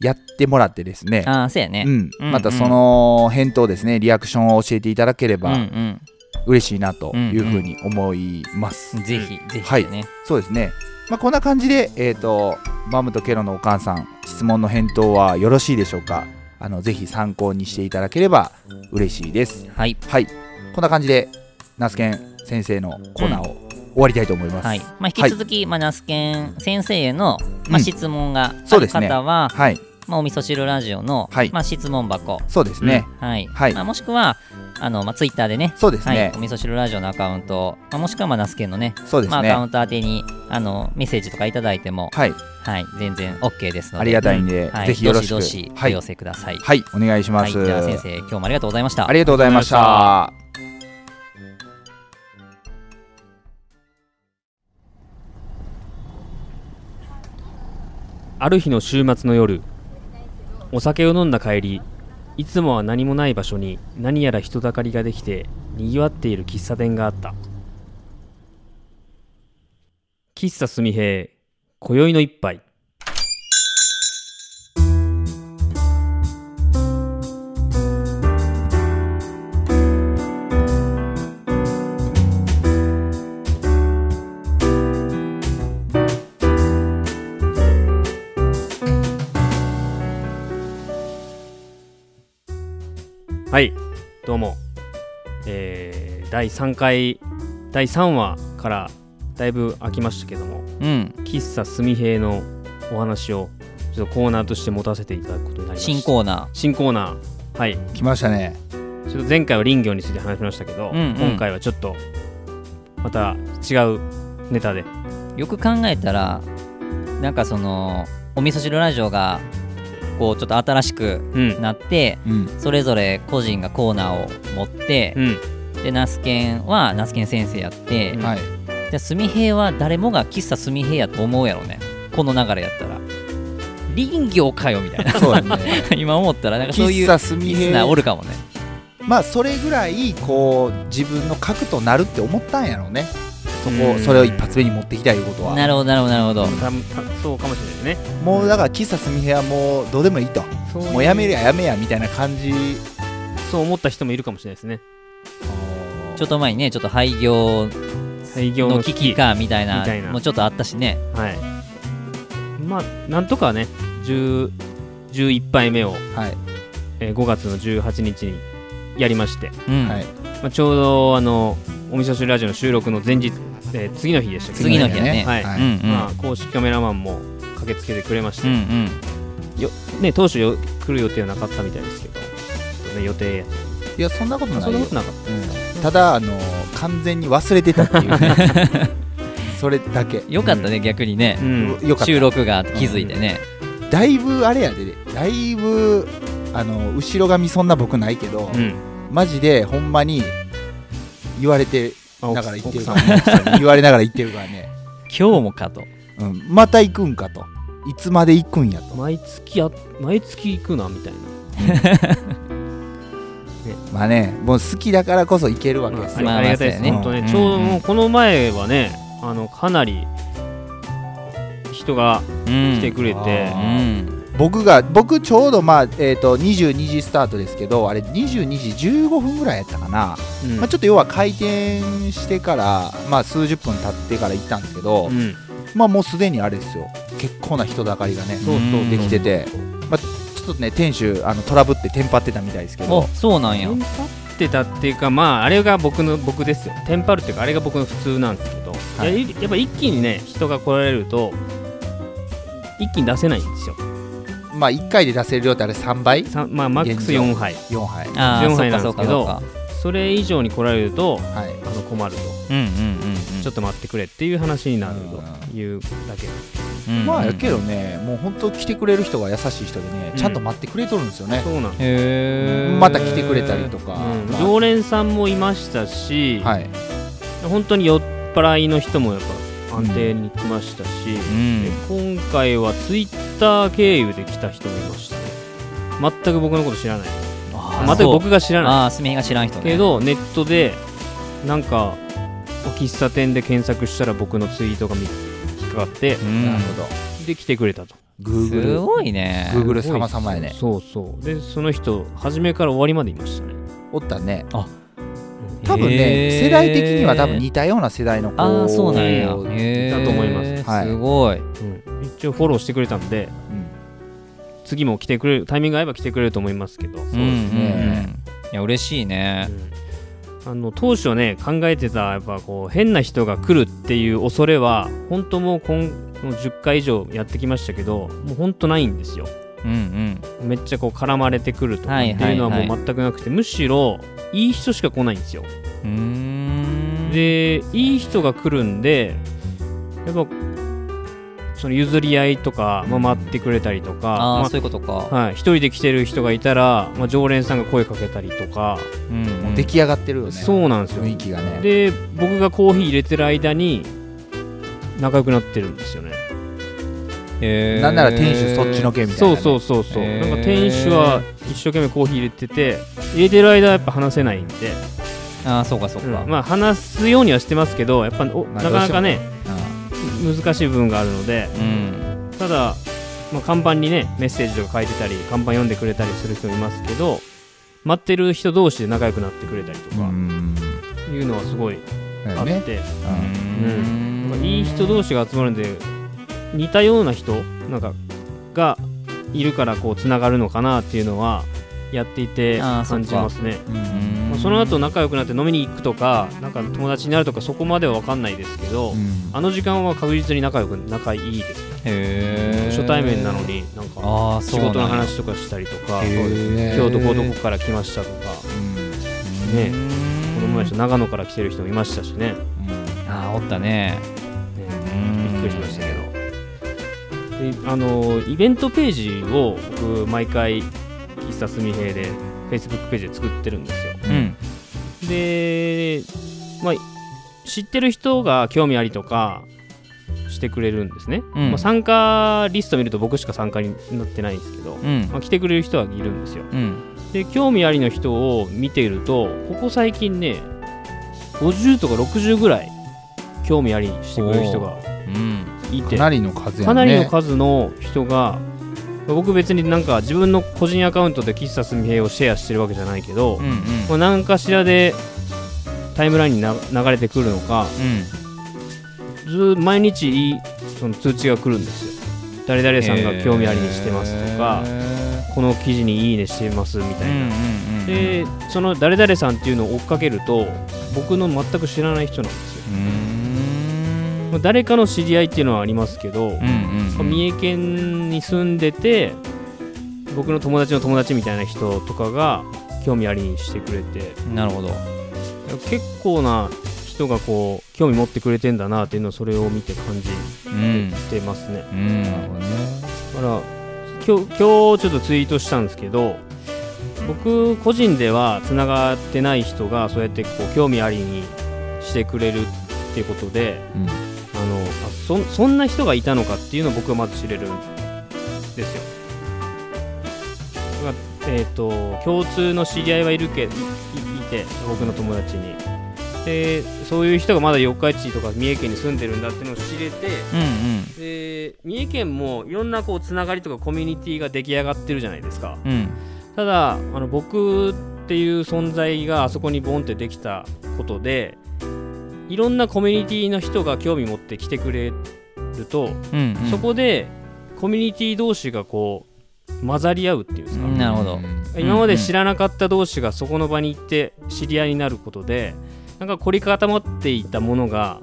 やってもらってですねああそうやねうん、うんまたその返答ですねリアクションを教えていただけれうんうばん嬉しいなというふうに思います、ぜひぜひはいだねそうですね、まあ、こんな感じで、えー、とマムとケロのお母さん質問の返答はよろしいでしょうかあのぜひ参考にしていただければ嬉しいですはいはいこんな感じでナスケン先生のコーナーを終わりたいと思います、はいまあ、引き続き、まあ、ナスケン先生への、うまあ、ん質問がそあうでるすね方は、はいまあ、お味噌汁ラジオの、はいまあ、質問箱、そうですね、はいはいまあ、もしくはあの、まあ、ツイッターでねそうですねはい、お、味噌汁ラジオのアカウント、まあ、もしくは、まあ、ナスケンのねそうですまあ、アね、カウント宛てにあのメッセージとかいただいても、はいはい、全然 OK ですのでありがたいんで、はい、ぜひよろしくどしどしおはい寄、せください、はいはい、お願いします、では先生今日もありがとうございましたありがとうございました。ある日の週末の夜お酒を飲んだ帰りいつもは何もない場所に何やら人だかりができてにぎわっている喫茶店があった喫茶すみへい今宵の一杯はいどうもえー、第3回第3話からだいぶ空きましたけどもうん喫茶すみへいのお話をちょっとコーナーとして持たせていただくことになりました新コーナ新コーナーはい来ましたね。ちょっと前回は林業について話しましたけど、うんうん今回はちょっとまた違うネタでーよく考えたらなんかそのお味噌汁ラジオがこうちょっと新しくうんなってうん、それぞれ個人がコーナーを持ってう、んでナスケンはナスケン先生やって、うんじゃ [laughs] はい。あスミヘイは誰もが喫茶スミヘイやと思うやろねこの流れやったら林業かよみたいな [laughs] そうだね。今思ったらなんかそうい喫う茶すみリスナーおるかもねまあそれぐらいこう自分の核となるって思ったんやろうね。そこうんそれを一発目に持ってきたいうことなはるほどなるほどなるほどたそうかもしれないねもうだから喫茶すみへはもうどうでもいいとそうもうやめりゃやめやみたいな感じそう思った人もいるかもしれないですねちょっと前にねちょっと廃業廃業のの危危機機かみたいみなたいなもうちょっとあったしねはいまあなんとかね10 11杯目を、はいえー5月の18日にやりまして、うん、はいまあ、ちょうどあのお味噌汁ラジオの収録の前日、えー次の日でしたけど次の日やねはいうんうん、まあ、公式カメラマンも駆けつけてくれまして、うんうんね当初よ来る予定はなかったみたいですけど、ちょっとね、予定やいやそんなことないよそんなことなかっうんただあの完全に忘れてたっていう [laughs] ねそれだけよかったね、逆にねた、う、んよかっ収録が気づいてね、ただいぶあれやでだいぶあの後ろ髪そんな僕ないけど、うんマジでほんまに言われてあなが奥さらん言って奥るさかんらね言われながら言ってるから [laughs] ね、今日もかとうん、また行くんかといつまで行くんやと毎月あ毎月行くなみたいなまあねもう好きだからこそ行けるわけですよ、まあ、あありがたいですね。まあそう本当やね、ねちょうどうんうんもうこの前はね、あのかなり人がうん来てくれてあう、ーん僕が僕ちょうどまあ、えー、と22時スタートですけどあれ22時15分ぐらいやったかな、うんまあ、ちょっと要は開店してから、まあ、数十分経ってから行ったんですけど、うんまあもうすでにあれですよ結構な人だかりがねそうそうできてて、まあ、ちょっとね店主あのトラブってテンパってたみたいですけおどそうなんテやンパってたっていうか、まああれが僕の僕ですよ。テンパるっていうかあれが僕の普通なんですけど、はいいややっぱ一気にね人が来られると一気に出せないんですよ。まあ1回で出せる量ってあれ3倍さんまあマックス4杯。 4杯ああ14そう杯なかんでそうすかけそうどかそれ以上に来られるとはいあの困ると、うんうんうんうんちょっと待ってくれっていう話になるというだけ。うんまあうんやけどねもう本当来てくれる人が優しい人でねうんちゃんと待ってくれとるんですよねそ、うなんですへえまた来てくれたりとか、うんまあ常連さんもいましたし、はい本当に酔っ払いの人もやっぱ安定に来ましたし、うんで今回はツイッター経由で来た人もいましたね全く僕のこと知らないあ全く僕が知らないああすみへが知らん人ねけどネットでなんか喫茶店で検索したら僕のツイートが見引っかかってうんなるほどで来てくれたとす Google ごいね Google 様様やねそうそうでその人初めから終わりまでいましたねおったねうん多分ねへー世代的には多分似たような世代の子ああそうなんやうんへーだと思いますはいすごいうん一応フォローしてくれたんで次も来てくれるタイミング合えば来てくれると思いますけど、そうですねいや嬉しいねあの当初ね考えてたやっぱこう変な人が来るっていう恐れは本当もう今もう10回以上やってきましたけどもう本当ないんですようんめっちゃこう絡まれてくるとかっはていはいはいいうのはもう全くなくてむしろいい人しか来ないんですようんうーんでいい人が来るんでやっぱその譲り合いとか、まあ、待ってくれたりとかあまああそういうことかはい、一人で来てる人がいたら、まあ、常連さんが声かけたりとか、うんうもうん出来上がってるよねそうなんですよ雰囲気がねで僕がコーヒー入れてる間に仲良くなってるんですよねへーなんなら店主そっちのけみたいなそねうそうそうそう、へーなんか店主は一生懸命コーヒー入れてて入れてる間はやっぱ話せないんで、ああそうかそううんかまあ話すようにはしてますけどやっぱおまあなかなかねう難しい部分があるのでうんただ、まあ、看板にねメッセージとか書いてたり看板読んでくれたりする人もいますけど待ってる人同士で仲良くなってくれたりとんうかんいうのはすごいだあよっねて、うんなんかいい人同士が集まるんで似たような人なんかがいるからこうつながるのかなっていうのはやっていてあーそっ感かじますねうんまあその後仲良くなって飲みに行くとかなんか友達になるとかそこまでは分かんないですけど、うんあの時間は確実に仲良く仲いいです、へー初対面なのになんかああ仕そうなんや事の話とかしたりとかそうですね今日どこどこから来ましたとかうねうんこの前ちょっと長野から来てる人もいましたしねんうんああおったねねうんびっくりしましたけどであのイベントページを僕毎回喫茶すみへいで Facebook ページで作ってるんですようんで、まあ、知ってる人が興味ありとかしてくれるんですね、うんまあ、参加リスト見ると僕しか参加になってないんですけど、うんまあ、来てくれる人はいるんですようんで興味ありの人を見ているとここ最近ね50とか60ぐらい興味ありにしてくれる人がうんいかてなりの数やねかなりの数の人が僕別になんか自分の個人アカウントで喫茶すみへいをシェアしてるわけじゃないけど、うんうんまあ、何かしらでタイムラインにな流れてくるのかうんずー毎日いいその通知が来るんですよ誰々さんが興味ありにしてますとか、へこの記事にいいねしてますみーうたいな、んうんうんでその誰々さんっていうのを追っかけると僕の全く知らない人なんですよ、うーんまあ、誰かの知り合いっていうのはありますけど、うんうん三重県に住んでて僕の友達の友達みたいな人とかが興味ありにしてくれてなるほど結構な人がこう興味持ってくれてんだなっていうのをそれを見て感じうんてますねうんなるほどねだから今日今日ちょっとツイートしたんですけど僕個人ではつながってない人がそうやってこう興味ありにしてくれるっていうことでうんあのあそそんな人がいたのかっていうのを僕はまず知れるんですよ。まあえっと共通の知り合いはいるけいいいて僕の友達に。でそういう人がまだ四日市とか三重県に住んでるんだっていうのを知れてうんで三重県もいろんなこうつながりとかコミュニティが出来上がってるじゃないですか。うんうんただあの僕っていう存在があそこにボンってできたことでいろんなコミュニティの人が興味持って来てくれると、うんうんそこでコミュニティ同士がこう混ざり合うっていうんですか、なるほどうん今まで知らなかった同士がそこの場に行って知り合いになることでなんか凝り固まっていたものが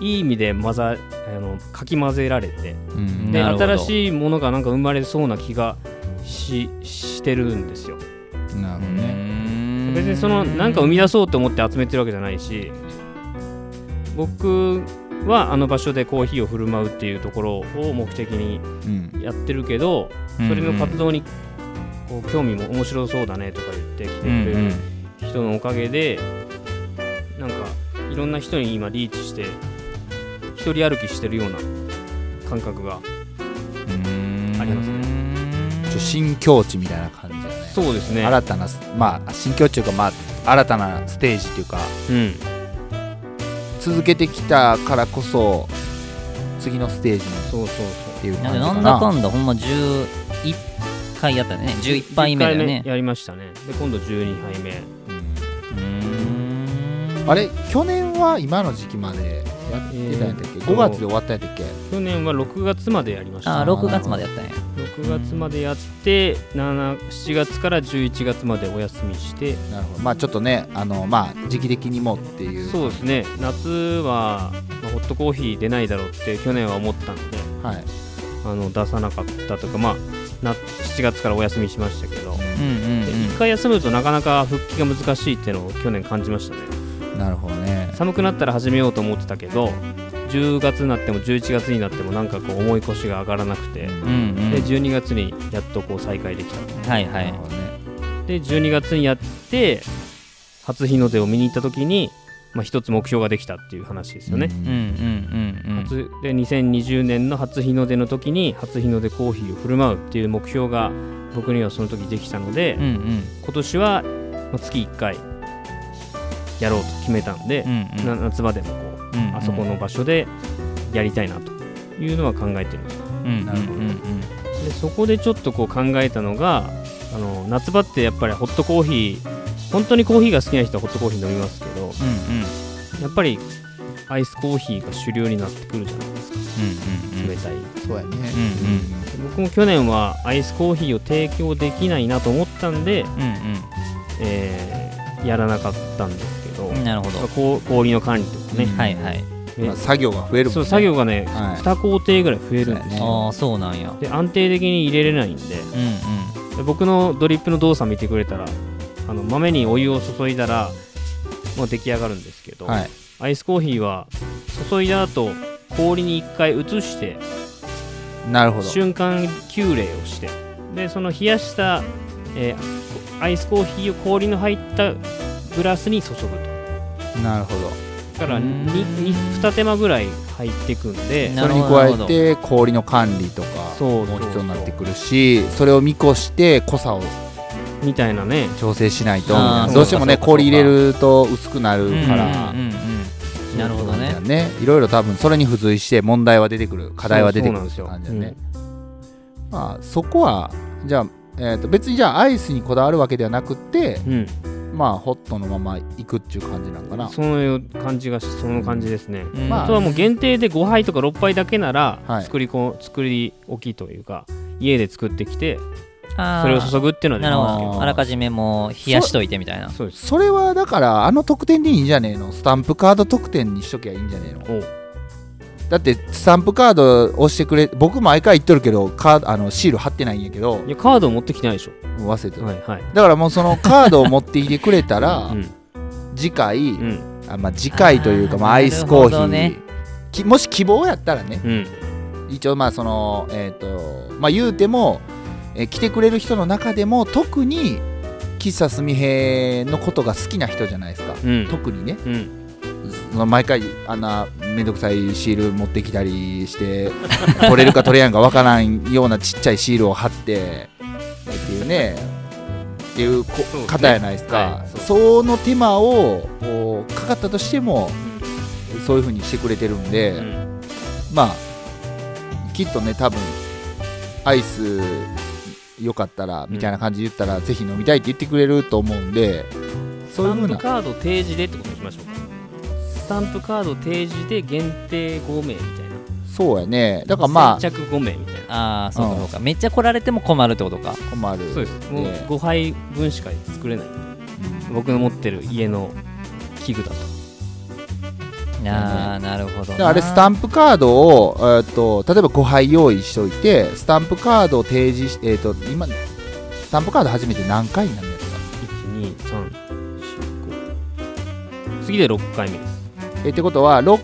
いい意味で混ざあのかき混ぜられてうんでなるほど新しいものがなんか生まれそうな気がししてるんですよ。なるほどうねん別にそのなんか生み出そうと思って集めてるわけじゃないし僕はあの場所でコーヒーを振る舞うっていうところを目的にうんやってるけどうんそれの活動にこう興味も面白そうだねとか言って来てくうんれる人のおかげでなんかいろんな人に今リーチして一人歩きしてるような感覚がうんありますねちょ新境地みたいな感じだねそうですね新たなまあ新境地というかまあ新たなステージというかうん続けてきたからこそ次のステージにそうそうそうっていうな感んでじなかんだなかんだほんま11回やったよね11杯目だよ11ね回やりましたねで今度12杯目ううんーんあれ去年は今の時期までやってたんやったっけえー5月で終わったんやったっけ去年は6月までやりましたあ6月までやったんや6月までやって7 7月から11月までお休みしてなるほどまあちょっとねあのまあ時期的にもっていうそうですね夏は、まあホットコーヒー出ないだろうって去年は思ったのではいあの出さなかったとかまあな7月からお休みしましたけど、うんうんで一回休むとなかなか復帰が難しいっていうのを去年感じましたねなるほどね寒くなったら始めようと思ってたけど10月になっても11月になってもなんかこう重い腰が上がらなくてうんうんうんで12月にやっとこう再開できたはいはないるほどねで12月にやって初日の出を見に行った時に、まあ、一つ目標ができたっていう話ですよね、うんうんうんうん初で2020年の初日の出の時に初日の出コーヒーを振る舞うっていう目標が僕にはその時できたので、うんうん今年はまあ月1回やろうと決めたんでう、んうんな夏場でもこううんうんあそこの場所でやりたいなというのは考えてるんですうんなるほどうんうんでそこでちょっとこう考えたのがあの夏場ってやっぱりホットコーヒー本当にコーヒーが好きな人はホットコーヒー飲みますけどうんうんやっぱりアイスコーヒーが主流になってくるじゃないですかうんうん冷たい、そうやねう僕も去年はアイスコーヒーを提供できないなと思ったんで、うんえーやらなかったんですけど、うんなるほまあどこう氷の管理とかね、はいはいうんまあね作業が増えるもんねそう作業がね、はい2工程ぐらい増えるそうんですやねよ、ああそうなんやで安定的に入れれないんで、うんうん僕のドリップの動作見てくれたらあの豆にお湯を注いだらもう出来上がるんですけど、はいアイスコーヒーは注いだ後氷に1回移してなるほど瞬間急冷をしてでその冷やした、えーアイスコーヒーを氷の入ったグラスに注ぐとなるほどだからうーん 2, 手間ぐらい入ってくんでそなるれほにど加えて氷の管理とかそうそもう必そ要にうなってくるしそれを見越して濃さをみたいなね調整しないとあーどうしてもねそうかそうか氷入れると薄くなるうんかうらんうんうんなるほどねんねいろいろ多分それに付随して問題は出てくる課題は出てくるってそうそうな感んでじすだよね、まあそこはじゃあ、えーと別にじゃあアイスにこだわるわけではなくってうん、まあホットのままいくっていう感じなんかなその感じがしその感じですね、うんまああとはもう限定で5杯とか6杯だけならはい作りこ、作り置きというか家で作ってきてあーそれを注ぐっていうのはでなきるますけほあどーあらかじめもう冷やしといてみたいなどそうですそれはだからあの特典でいいんじゃねえのスタンプカード特典にしときゃいいんじゃねえのおうだってスタンプカード押してくれ僕毎回言っとるけどカードあのシール貼ってないんやけどいやカード持ってきてないでしょ忘れてた、はいはいだからもうそのカードを持ってきてくれた [laughs] ら、うん次回、うんあまあ、次回というかあーまあ、アイスコーヒなるー、ほどねきもし希望やったらねうん一応まあそのえっ、とまあ言うても、えー来てくれる人の中でも特に喫茶すみへのことが好きな人じゃないですか、うん特にねうんその毎回あんな面倒くさいシール持ってきたりして取れるか取れやんかわからんようなちっちゃいシールを貼ってっていうねっていうこすね方やないですかはいそそうの手間をこうかかったとしてもそういう風にしてくれてるんで、うんまあきっとね多分アイスよかったらみたいな感じで言ったら、ぜひ飲みたいって言ってくれると思うんでそういうスタ風ンプなカード提示でってことにしましょうかスタンプカード提示で限定5名みたいなそうやねだからまあ先着5名みたいなああそうかそうか、めっちゃ来られても困るってことか困るそうですもうね5杯分しか作れない僕の持ってる家の器具だとああなるほどだからあれスタンンプカードを、えー、と例えば5杯用意しておいてスタンプカードを提示して、えー、と今スタンプカード初めて何回になるんですか、 1234次で6回目ですえーってことは 6,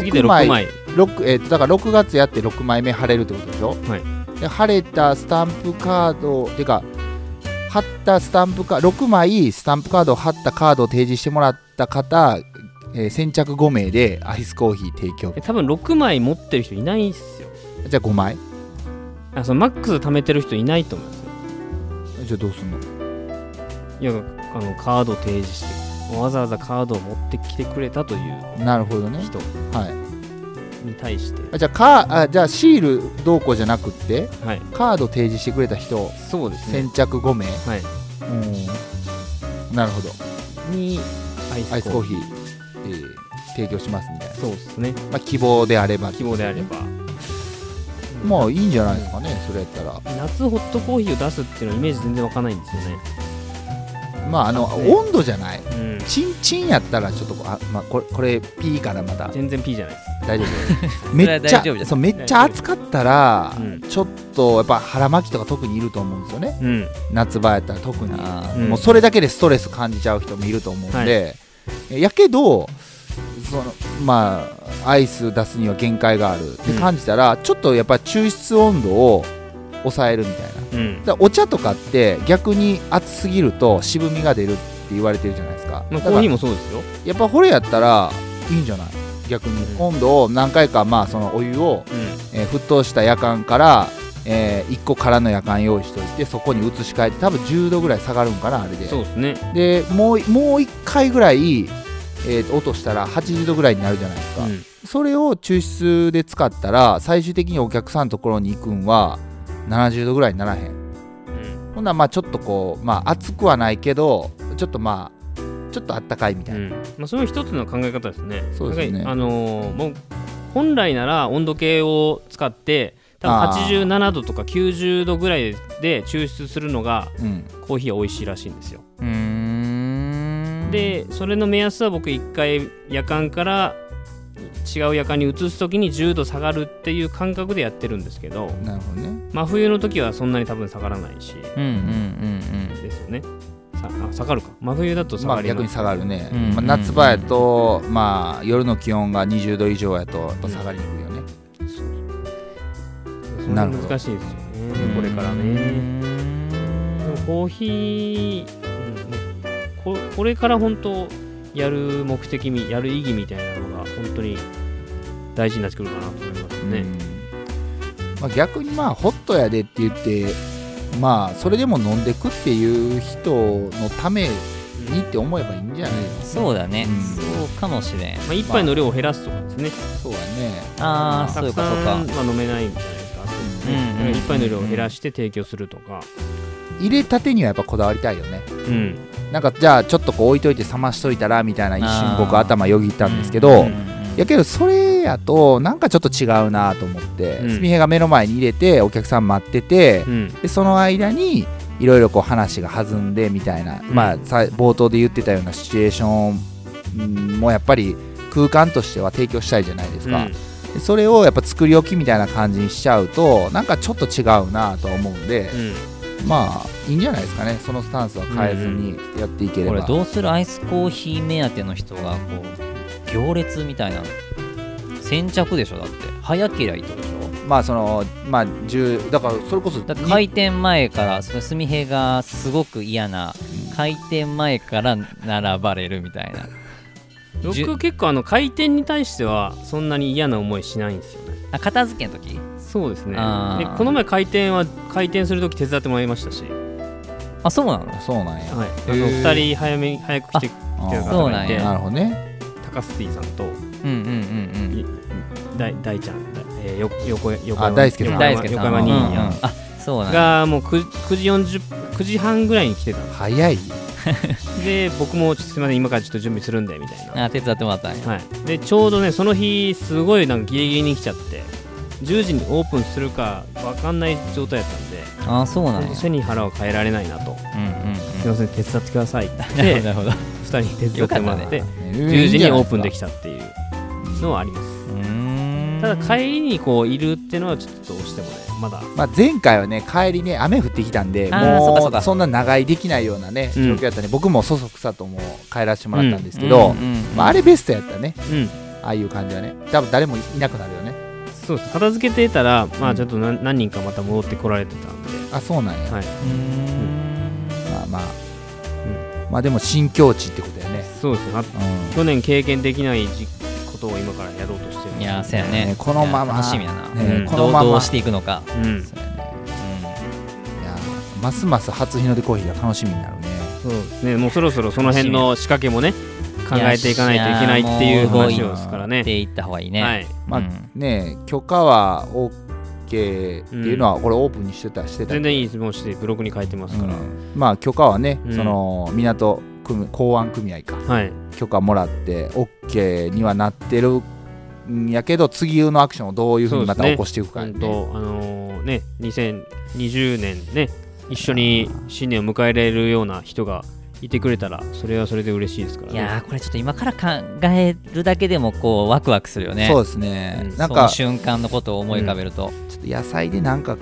次で6 6枚枚六えー、とだから6月やって6枚目貼れるってことでしょ、はいで貼れたスタンプカードてか貼ったスタンプカード6枚スタンプカードを貼ったカードを提示してもらった方、えー先着5名でアイスコーヒー提供え多分6枚持ってる人いないっすよじゃあ5枚あそのマックス貯めてる人いないと思いますよじゃあどうすんのいやあのカード提示してわざわざカードを持ってきてくれたというなるほどね人はいに対してあじゃあカーあじゃあシールどうこうじゃなくってはいカード提示してくれた人そうですね先着5名、はいなるほどにアイアイススコーヒーコーヒー、えー提供しますみたいな、そうですねまあ、希望であれば希望であればまあいいんじゃないですかねそれやったら夏ホットコーヒーを出すっていうのはイメージ全然わかんないんですよねまああのあね温度じゃないうんチンチンやったらちょっとあ、まあ、これこれ P からまた全然 P じゃないで大丈夫めっちゃそれは大丈夫ですそうめっちゃ暑かったら、うんちょっとやっぱ腹巻きとか特にいると思うんですよねすうん夏場やったら特にあうんもうそれだけでストレス感じちゃう人もいると思うんで、やけどそのまあアイス出すには限界があるって感じたら、ちょっとやっぱ抽出温度を抑えるみたいなうんだからお茶とかって逆に熱すぎると渋みが出るって言われてるじゃないですか,、だまあ、コかーらヒーもそうですよやっぱこれやったらいいんじゃない逆に、うん温度を何回かまあそのお湯を、うえー沸騰したやかんから、え1個空のやかん用意しておいてそこに移し替えて多分10度ぐらい下がるんかなあれでんそうですねでもうもう1回ぐらい、えー落としたら80度ぐらいになるじゃないですか、うんそれを抽出で使ったら最終的にお客さんのところに行くんは70度ぐらいにならへんうんほんならまあちょっとこうまあ熱くはないけどちょっとまあちょっとあったかいみたういな、んまあ、それは一つの考え方ですねそうですねなんかあのーもう本来なら温度計を使って多分あー87度とか90度ぐらいで抽出するのがうんコーヒーは美味しいらしいんですようーんでそれの目安は僕1回夜間から違う夜間に移す時に10度下がるっていう感覚でやってるんですけどなるほどね真冬の時はそんなに多分下がらないしうんうんうんですよねさあ下がるか真冬だと下まがあり逆まにす、下がるね、うんまあ、夏場やと、まあ夜の気温が20度以上やとやっぱ下がりにくいよね、そんな難しいですよねうんこれからうねんでもコーヒー、うんここれから本当やる目的みやる意義みたいなのが本当に大事になってくるかなと思いますね、うんまあ、逆にまあホットやでって言ってまあそれでも飲んでくっていう人のためいいって思えばいいんじゃないですか、そうだね、うんそうかもしれんまあ、一杯の量を減らすとかですね、そうだねあーたそうくかさそうかんは飲めないじゃないですか、うんうんうん一杯の量を減らして提供するとか、入れたてにはやっぱこだわりたいよねうんなんかじゃあちょっとこう置いといて冷ましといたらみたいな一瞬僕あー頭よぎったんですけうんど、うんやけどそれやとなんかちょっと違うなと思って、うんすみへが目の前に入れてお客さん待ってて、うんでその間にいろいろこう話が弾んでみたいな、んまあさ冒頭で言ってたようなシチュエーションうんもやっぱり空間としては提供したいじゃないですか、でそれをやっぱ作り置きみたいな感じにしちゃうとなんかちょっと違うなとは思うんでう、んまあいいんじゃないですかねそのスタンスは変えずにやっていけれこば、れどうするアイスコーヒー目当ての人がこう行列みたいな先着でしょだって早けりゃいいってことでしょまあそのまあ10だからそれこそだって開店前からそのすみへいがすごく嫌な開店前から並ばれるみたいなじゅ僕結構あの回転に対してはそんなに嫌な思いしないんですよねあ片付けの時そうですねであーこの前回転は回転する時手伝ってもらいましたし、はい、あそうなのそうなんやあの2人早めに早く来てあ来てーるそ方うながんいてやなるほどね高須井さんとうんうんうん大大ちゃん、だえー、よ横横あ大輔さんう横ん大山輔さ横ん山うん兄うんやあそうなんやがもう 9, 9時40 9時半ぐらいに来てたんで早いすで僕もちょっとすみません今からちょっと準備するんでみたいな、あ手伝ってもらったんやはい、でちょうどねその日すごいなんかギリギリに来ちゃって10時にオープンするか分かんない状態だったんであそうなんや本当背に腹を変えられないなとうんうんすみません手伝ってくださいって [laughs] うんなるほどなるほ2人に手伝ってもらって、 10 10時にオープンできたたっていうのはありますどうーんただ帰りにこういるってのはちょっとどうしてもねまだまあ、前回はね帰りね雨降ってきたんであーそうかそもうかうそんな長居できないようなねう状ん況やったんで、僕もそそくさとも帰らせてもらったんですけど、うんうんうんまあ、あれベストやったねうんああいう感じはね多分誰もいなくなるよねそうです片付けてたらまうあんちょっと何何人かまた戻ってこられてたんであそうなんや、はいうーんまあまあ、まあでも新境地ってことやね、そうですねあうん去年経験できないじことを今からやろうとしてるいやそうやねねこのままいや楽しみやなねうんこどのうままどうしていくのかうんそうやねういやますます初日の出コーヒーが楽しみになるねそうですねもうそろそろその辺の仕掛けもね考えていかないといけないっていう話をですからんってねいった方がいいねはいまあうんね許可は OK っていうのはこれオープンにしてたしてた全然いい質問してブログに書いてますから、うんまあ許可はね、うんその港組港湾組合かはい許可もらって OK にはなってるんやけど次のアクションをどういうふうにまたそうですね起こしていくかや本ね当あのね2020年ね一緒に新年を迎えられるような人がいてくれたらそれはそれで嬉しいですからいねやーこれちょっと今から考えるだけでもこうワクワクするよねそうですね、うんなんそのかちょ瞬間のことを思い浮かべると、っと野菜でなんか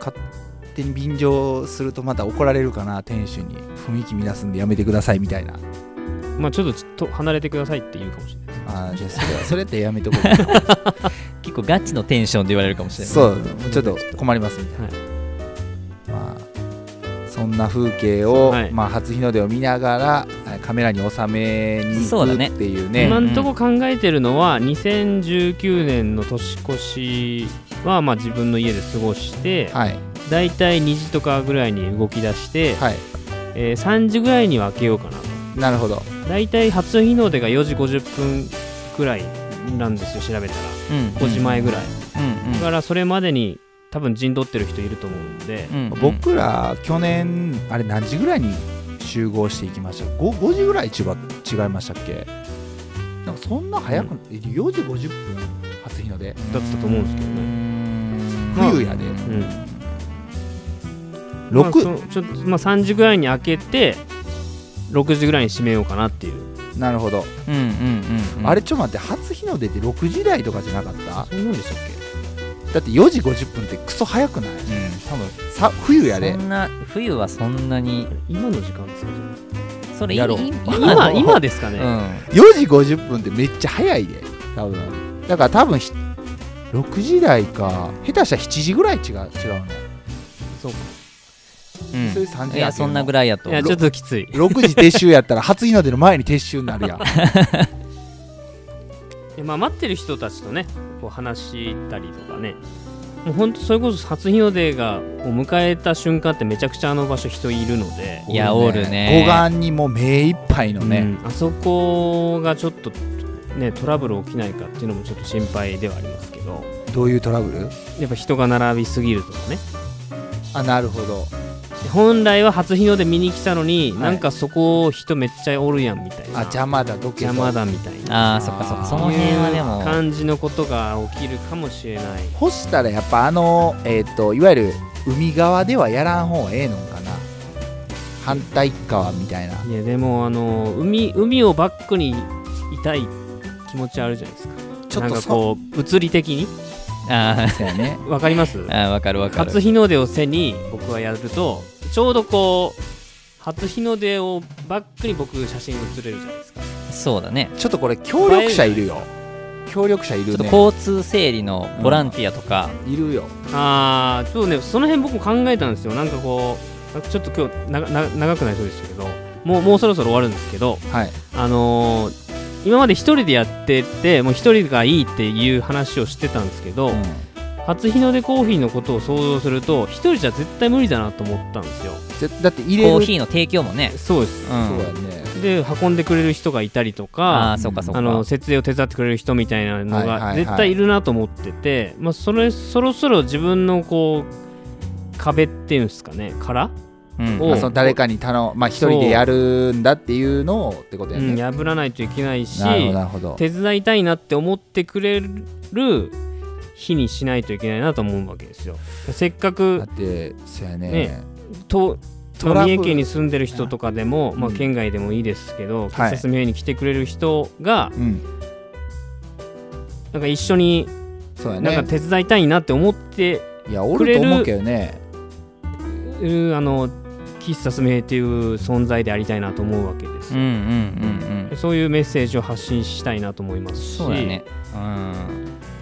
勝手に便乗するとまた怒られるかな店主に雰囲気乱すんでやめてくださいみたいなまあちょっとちょっと離れてくださいって言うかもしれないですあーじゃあそれ [laughs] はそれってやめとこうかな結構ガチのテンションで言われるかもしれないそうちょっと困りますみたいな、はいまあそんな風景を、はいまあ、初日の出を見ながらえカメラに収めにそ行くうだっねていうね今んとこ考えてるのは2019年の年越しはまあ自分の家で過ごしてはいだいたい2時とかぐらいに動き出して、はいえー3時ぐらいには開けようかななるほどだいたい初日の出が4時50分ぐらいなんですよ調べたらうん、 5時前ぐらい、うんだからそれまでに多分陣取ってる人いると思うんで、うんうんうん僕ら去年あれ何時ぐらいに集合していきました 5, 5時ぐらい違違いましたっけなんかそんな早く、4時50分初日の出だったと思うんですけどね、まあ冬やで、うんまあ、六そちょっと、まあ、3時ぐらいに開けて6時ぐらいに閉めようかなっていうなるほど、うんうんうんうんあれちょっと待って初日の出って6時台とかじゃなかったそんなんでしたっだって4時50分ってクソ早くないうん多分さ冬やでそんな冬はそんなにけ今の時間ですかそれいやろうい今今今ですかね、うん4時50分ってめっちゃ早いで多分だから多分ひ6時台か下手したら7時ぐらい違う違うのそうかうんそういう3時いやそんなぐらいらいやといやちょっときつい6時撤収やったら初日の出の前に撤収になるやんいやまあ、待ってる人たちとねこう話したりとかねもう本当それこそ初日の出がを迎えた瞬間ってめちゃくちゃあの場所人いるので、いやおおるね護岸にもう目いっぱいのね、うんあそこがちょっとねトラブル起きないかっていうのもちょっと心配ではありますけどどういうトラブルやっぱ人が並びすぎるとかねあなるほど本来は初日の出見に来たのに、いなんかそこ人めっちゃおるやんみたいなあ邪魔だどけど邪魔だみたいなあーそっかそっかその辺はでも感じのことが起きるかもしれない干したらやっぱあのえっ、といわゆる海側ではやらん方がええのんかな反対側みたいないやでもあの海海をバックにいたい気持ちあるじゃないですかちょっなとんかそこう物理的にあうやねわかりますーあーわかるわかる初日の出を背に僕はやるとちょうどこう初日の出をバックに僕写真写れるじゃないですかそうだねちょっとこれ協力者いるよ協力者いちるょっとね交通整理のボランティアとか、いるよああそうねその辺僕も考えたんですよなんかこうちょっと今日なな長くなりそうでしたけどもうもうそろそろ終わるんですけどはいあのー今まで一人でやっててもう一人がいいっていう話をしてたんですけど、初日の出コーヒーのことを想像すると一人じゃ絶対無理だなと思ったんですよぜだって入れるコーヒーの提供もねそうですうんそうやねで運んでくれる人がいたりとあかあーそうかそうかあの設営を手伝ってくれる人みたいなのはいはいはがい絶対いるなと思ってて、まあ、それそろそろ自分のこう壁っていうんですかね殻、うんおまあ、その誰かに頼むまあ一人でやるんだっていうのをってことうやね、ん、破らないといけないしなるほどなるほど手伝いたいなって思ってくれる日にしないといけないなと思うわけですよ。せっかだっくてそうやねねとトラブル三重県に住んでる人とかでも、まあ、県外でもいいですけど、はい警察名に来てくれる人がうんなんか一緒にそうやなんかね手伝いたいなって思っていやおると思うけどねるあの喫茶スメっていう存在でありたいなと思うわけですうんうよ、んうんうんそういうメッセージを発信したいなと思いますしそうだねうん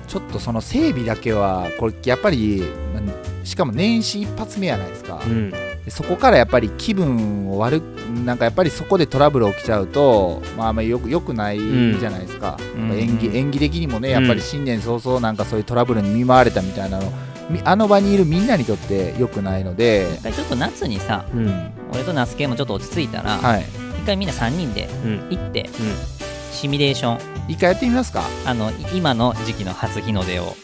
ちょっとその整備だけはこれやっぱりまあしかも年始一発目やないですか、うん、でそこからやっぱり気分を悪くなんかやっぱりそこでトラブル起きちゃうと、まあ、あんまりよくよくないじゃないですか、うんまあ演技演技的にもねうんやっぱり新年早々なんかそういうトラブルに見舞われたみたいなのみあの場にいるみんなにとってよくないので、一回ちょっと夏にさうん俺と那須家もちょっと落ち着いたら、はい、一回みんな3人でうん行ってうんシミュレーション一回やってみますかあのい今の時期の初日の出を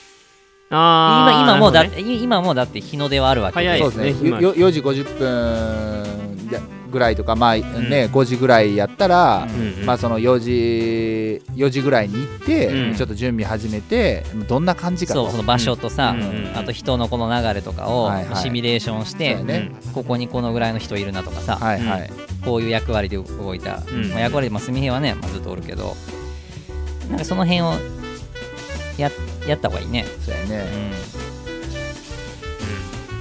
あ今ー今もうだ、なるほどねい今もうだって日の出はあるわけ早いでそでうすねですねよよ4時50分やぐらいとか、まあね5時ぐらいやったら、うんうんうんまあ、その4時 ,4 時ぐらいに行って、うんちょっと準備始めてどんな感じかとそうその場所とうさ、んうんうんあと人のこの流れとかをはいはいシミュレーションしそうて、やね、ここにこのぐらいの人いるなとかさ、はいはい、こういう役割で動いた、んまあ、役割で、まあ、住平はね、まあ、ずっとおるけどなんかその辺をややった方がいいね、そうやね、う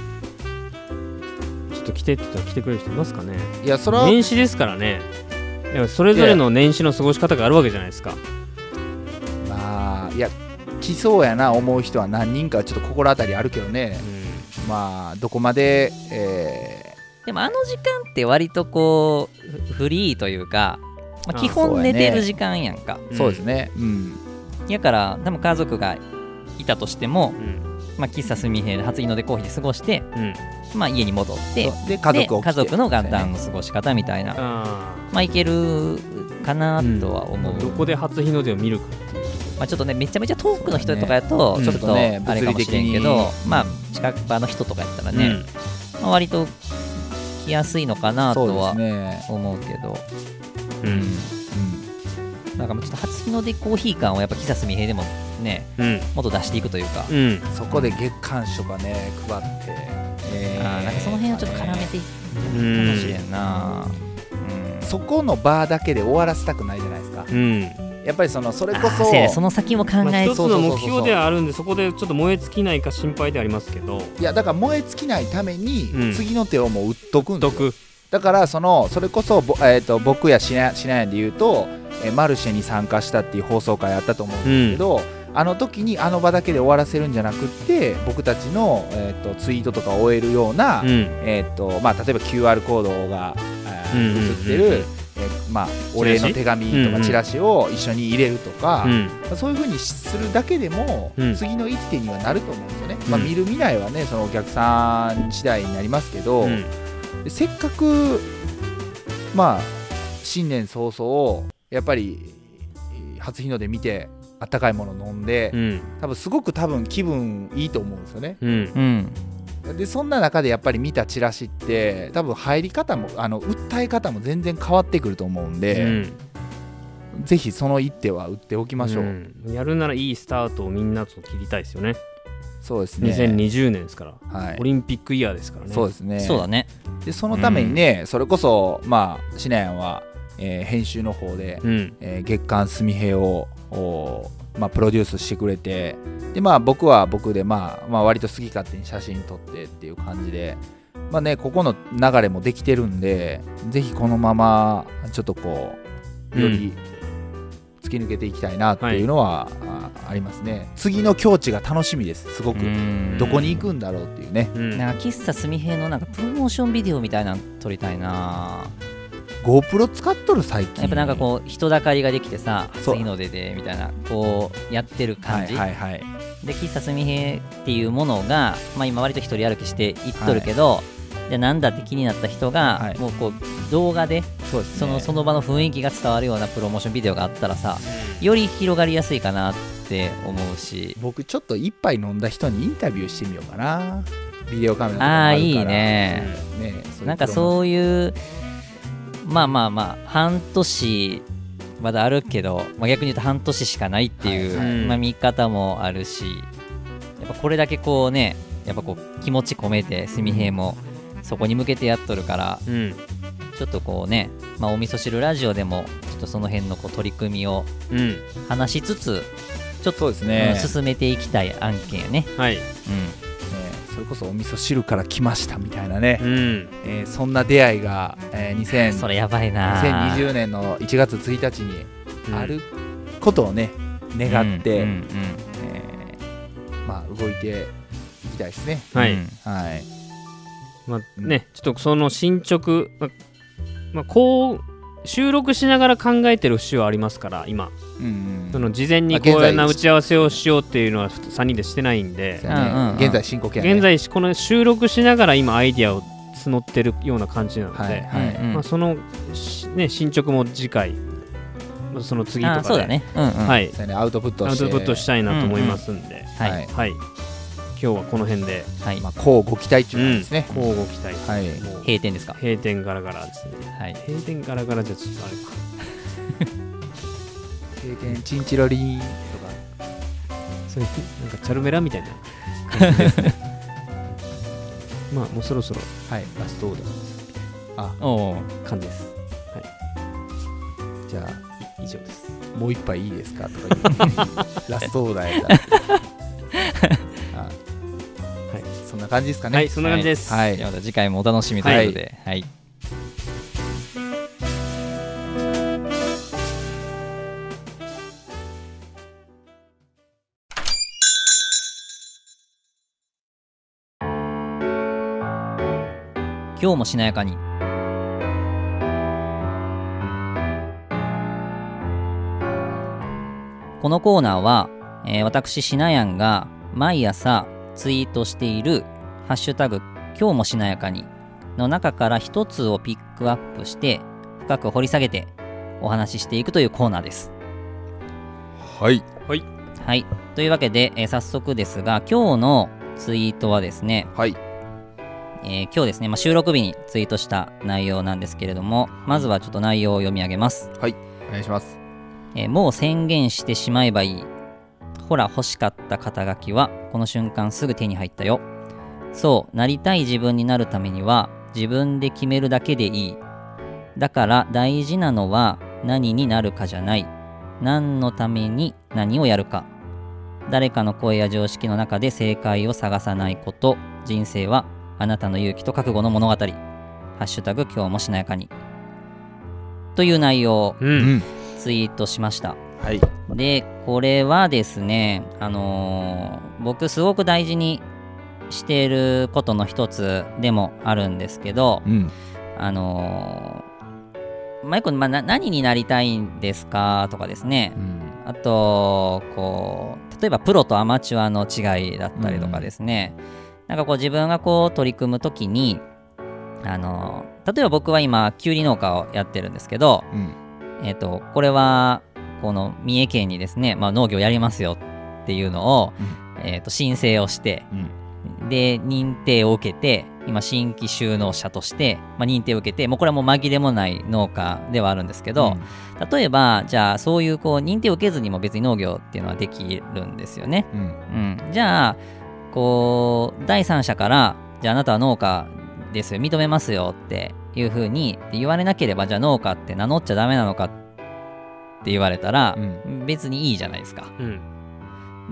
うんちょっと来てって言ったら来てくれる人いますかねいやそれは年始ですからねでもそれぞれの年始の過ごし方があるわけじゃないですかまあいや来そうやな思う人は何人かちょっと心当たりあるけどねまあどこまで、えん、でもあの時間って割とこうフフリーというか、まあ、あ基そう本やね寝てる時間やんかーそうですねうん、やから多分家族がいたとしてもう、んまあ、喫茶すみへ初日の出コーヒーで過ごして、うんまあ、家に戻ってで家族をで家族の元旦の過ごし方みたいな、あまあいけるかなとは思う、ーどこで初日の出を見るかっていうまあ、ちょっとねめちゃめちゃ遠くの人とかやそうとちねょうんちっとあょっとねれかもしれんけど、物理的にまあ近場の人とかやったらね、まあ、割と来やすいのかなそうとですはね、思うけどうんなんかもうちょっと初日の出コーヒー感をやっぱ喫茶み平でもねうんもっと出していくというか、うんうんうん、そこで月刊誌とかね配って、えーあーなんかその辺をちょっと絡めていくかもしれんな、うんそこのバーだけで終わらせたくないじゃないですかうんやっぱりそのそれこあーそせやねその先も考まあ、え一つそうそうそうそうそのう目標ではあるんでそこでちょっと燃え尽きないか心配ではありますけどいやだから燃え尽きないために、うん次の手をもう打っとくんですよ毒だからそのそれこそ、ぼえー、と僕やしなしなやんで言うと、えーマルシェに参加したっていう放送会あったと思うんですけど、あの時にあの場だけで終わらせるんじゃなくって僕たちの、えー、とツイートとかを終えるような、うんえーとまあ、例えば QR コードが、えーうんうんうん映ってる、えーまあ、お礼の手紙とうんうかんチラシを一緒に入れるとか、うんまあそういうふうにするだけでも、うん次の一手にはなると思うんですよね、まあ、うん見る見ないはねそのお客さん次第になりますけど、うんでせっかくまあ新年早々やっぱりえー初日の出見てあったかいもの飲んで、うん多分すごく多分気分いいと思うんですよねうんうんでそんな中でやっぱり見たチラシって多分入り方もあの訴え方も全然変わってくると思うんうで、んぜひその一手は打っておきましょう、うんやるならいいスタートをみんなと切りたいですよねそうですね2020年ですから、はいオリンピックイヤーですからねそうですねそうだねでそのためにね、それこそまあシナヤンは、えー編集の方で、うんえー月刊すみへいをおーまあ、プロデュースしてくれてで、まあ、僕は僕で、まあまあ、割と好き勝手に写真撮ってっていう感じで、まあね、ここの流れもできてるんでぜひこのままちょっとこうより突き抜けていきたいなっていうのは、あありますね次の境地が楽しみですすごく、うんどこに行くんだろうっていうねうんなんか喫茶すみへいのなんかプロモーションビデオみたいなの撮りたいな GoPro 使っとる最近やっぱなんかこう人だかりができてさそう初日の出でみたいなこうやってる感じ、はいはいはいで喫茶すみへいっていうものが、まあ、今割と一人歩きしていっとるけど、じゃあなんだって気になった人が、はいもうこう動画でそうですねそのその場の雰囲気が伝わるようなプロモーションビデオがあったらさより広がりやすいかなって思うし僕ちょっと一杯飲んだ人にインタビューしてみようかなビデオカメラとかもあああるからいいね、ねそういうなんかうそういうまあまあまあ半年まだあるけど、まあ、逆に言うと半年しかないっていう、はいはいまあ、見方もあるしやっぱこれだけこうねやっぱこう気持ち込めて純平もそこに向けてやっとるからうんちょっとこうね、まあ、お味噌汁ラジオでもちょっとその辺のこう取り組みをうん話しつつちょっと、そうですねうん進めていきたい案件やね、はいうん、ねそれこそお味噌汁から来ましたみたいなねう、んえーそんな出会いが、えー2000それやばいな2020年の1月1日にうんあることをね願って、うんうんうんえーまあ動いていきたいですねはい、うんはいまあねちょっとその進捗ままあこう収録しながら考えてる節はありますから今うんその事前にこういうな打ち合わせをしようっていうのは3人でしてないんでそうやねうんうんうん現在進行形やね現在この収録しながら今アイディアを募ってるような感じなので、はいはい、うんうんまあ、その、しね、進捗も次回まあその次とかあでそうだねうんうんはいそうやねアウトプットアウしてトプットしたいなと思いますんで、はいはいはい今日はこの辺ではい、まあ、こうご期待中なんですね、交互期待はいもう閉店ですか閉店ガラガラですねはい閉店ガラガラじゃちょっとあれか経験チンチロリンとかそれなんかチャルメラみたいな感じで [laughs] すねまあもうそろそろはいラストオーダーですあおお感じですじゃあ以上ですもう一杯いいですかとか言 [laughs] うラストオーダーやったらあはい、そんな感じですかねはいそんな感じです、はいじゃあまた次回もお楽しみということではい今日もしなやかにこのコーナーは、えー私しなやんが毎朝ツイートしている「ハッシュタグ今日もしなやかに」の中から一つをピックアップして深く掘り下げてお話ししていくというコーナーです。はいはい、というわけで、えー早速ですが今日のツイートはですね、はいえー今日ですね、まあ、収録日にツイートした内容なんですけれどもまずはちょっと内容を読み上げます。お願いしますえーもう宣言してしまえばいい。ほら欲しかった肩書きはこの瞬間すぐ手に入ったよ。そう、なりたい自分になるためには自分で決めるだけでいい。だから大事なのは何になるかじゃない。何のために何をやるか。誰かの声や常識の中で正解を探さないこと。人生はあなたの勇気と覚悟の物語。ハッシュタグ今日もしなやかに。という内容をうんツイートしました。はいで、これはですね、あのー僕すごく大事にしていることの一つでもあるんですけどう、んあのまゆこ、まあ、な何になりたいんですかとかですねう、んあとこう例えばプロとアマチュアの違いだったりとかですね、なんかこう自分がこう取り組むときにあの例えば僕は今きゅうり農家をやってるんですけど、うんえっとこれはこの三重県にですね、まあ、農業やりますよっていうのを、えっと申請をしてうんで認定を受けて今新規就農者として、まあ、認定を受けてもうこれはもう紛れもない農家ではあるんですけど、例えばじゃあそういうこう認定を受けずにも別に農業っていうのはできるんですよね。うんうんうん、じゃあこう第三者からじゃああなたは農家ですよ認めますよっていうふうに言われなければじゃあ農家って名乗っちゃダメなのかって言われたらう、ん別にいいじゃないですか。うん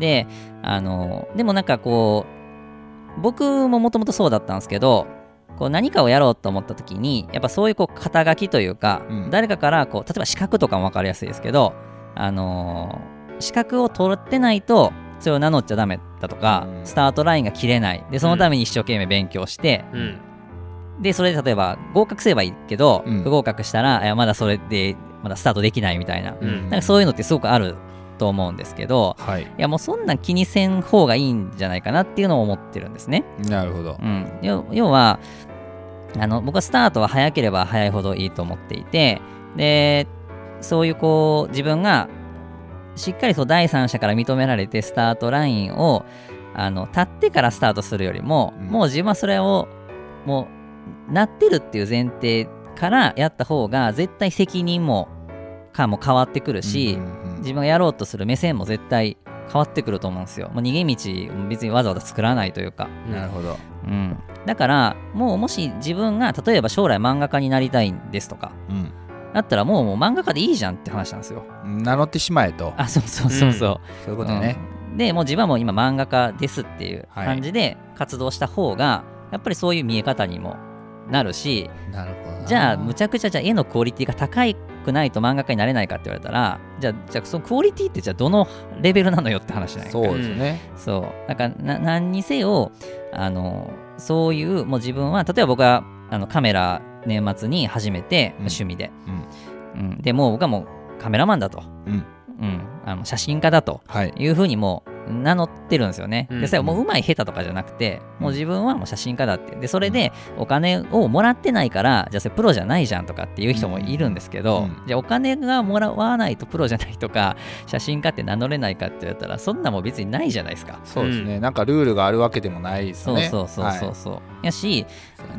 であのでもなんかこう僕ももともとそうだったんですけどこう何かをやろうと思った時にやっぱそういうこう肩書きというか、うん誰かからこう例えば資格とかも分かりやすいですけど、あのー資格を取ってないとそれを名乗っちゃダメだとか、うんスタートラインが切れないでそのために一生懸命勉強して、うんでそれで例えば合格すればいいけど、うん不合格したらいやまだそれでまだスタートできないみたいな,、うんなんかそういうのってすごくあると思うんですけど、はいいやもうそんなん気にせん方がいいんじゃないかなっていうのを思ってるんですね。なるほどうん、要要はあの僕はスタートは早ければ早いほどいいと思っていてでそういうこう自分がしっかりそう第三者から認められてスタートラインをあの立ってからスタートするよりも、うんもう自分はそれをもうなってるっていう前提からやった方が絶対責任も感も変わってくるし、うんうんうん自分がやろうとする目線も絶対変わってくると思うんですよ。もう逃げ道も別にわざわざ作らないというか。なるほどうん、だからもうもし自分が例えば将来漫画家になりたいんですとかうだったらもうもう漫画家でいいじゃんって話なんですよ。ん名乗ってしまえとあそうそうそうそう。そういうことねうんでもう自分はもう今漫画家ですっていうはい感じで活動した方がやっぱりそういう見え方にもなるしなるほどなじゃあむちゃくちゃじゃあ絵のクオリティが高くないと漫画家になれないかって言われたらじゃあじゃあそのクオリティってじゃあどのレベルなのよって話じゃないですかそうですねそう。だからな、何にせよ、あの、そういう、もう自分は、例えば僕は、あの、カメラ、年末に始めて、うん趣味で。うん。で、もう僕はもう、カメラマンだと。うん。うん。あの、写真家だと。はいいうふうにもう名乗ってるんですよね。うんでそれはもううまい下手とかじゃなくて、もう自分はもう写真家だって。で、それでお金をもらってないから、じゃあそれプロじゃないじゃんとかっていう人もいるんですけど、うんじゃあお金がもらわないとプロじゃないとか、写真家って名乗れないかって言われたら、そんなもん別にないじゃないですか。そうですねなんかルールがあるわけでもないですそうねそうそうそうそう。やし、はい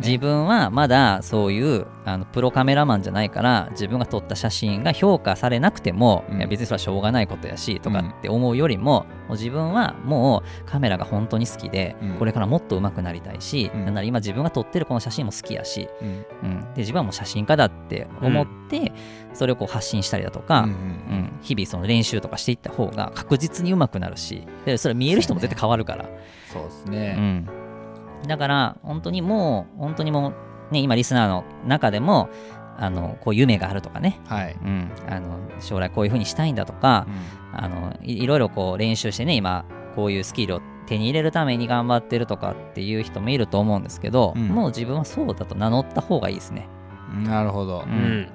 自分はまだそういうあのプロカメラマンじゃないから自分が撮った写真が評価されなくても、うんいや別にそれはしょうがないことやしとかって思うよりも,、もう自分はもうカメラが本当に好きで、うんこれからもっと上手くなりたいし、うんなんなら今自分が撮ってるこの写真も好きやし、うんうん、で自分はもう写真家だって思って、それをこう発信したりだとか、うんううんん、日々その練習とかしていった方が確実に上手くなるしでそれ見える人も絶対変わるから。そうですうねん、だから本当にもう本当にもうね今リスナーの中でもあのこう夢があるとかね、はいうん、あの将来こういう風にしたいんだとかあのいいろいろこう練習してね今こういうスキルを手に入れるために頑張ってるとかっていう人もいると思うんですけど、うんもう自分はそうだと名乗った方がいいですね。うんなるほどううんん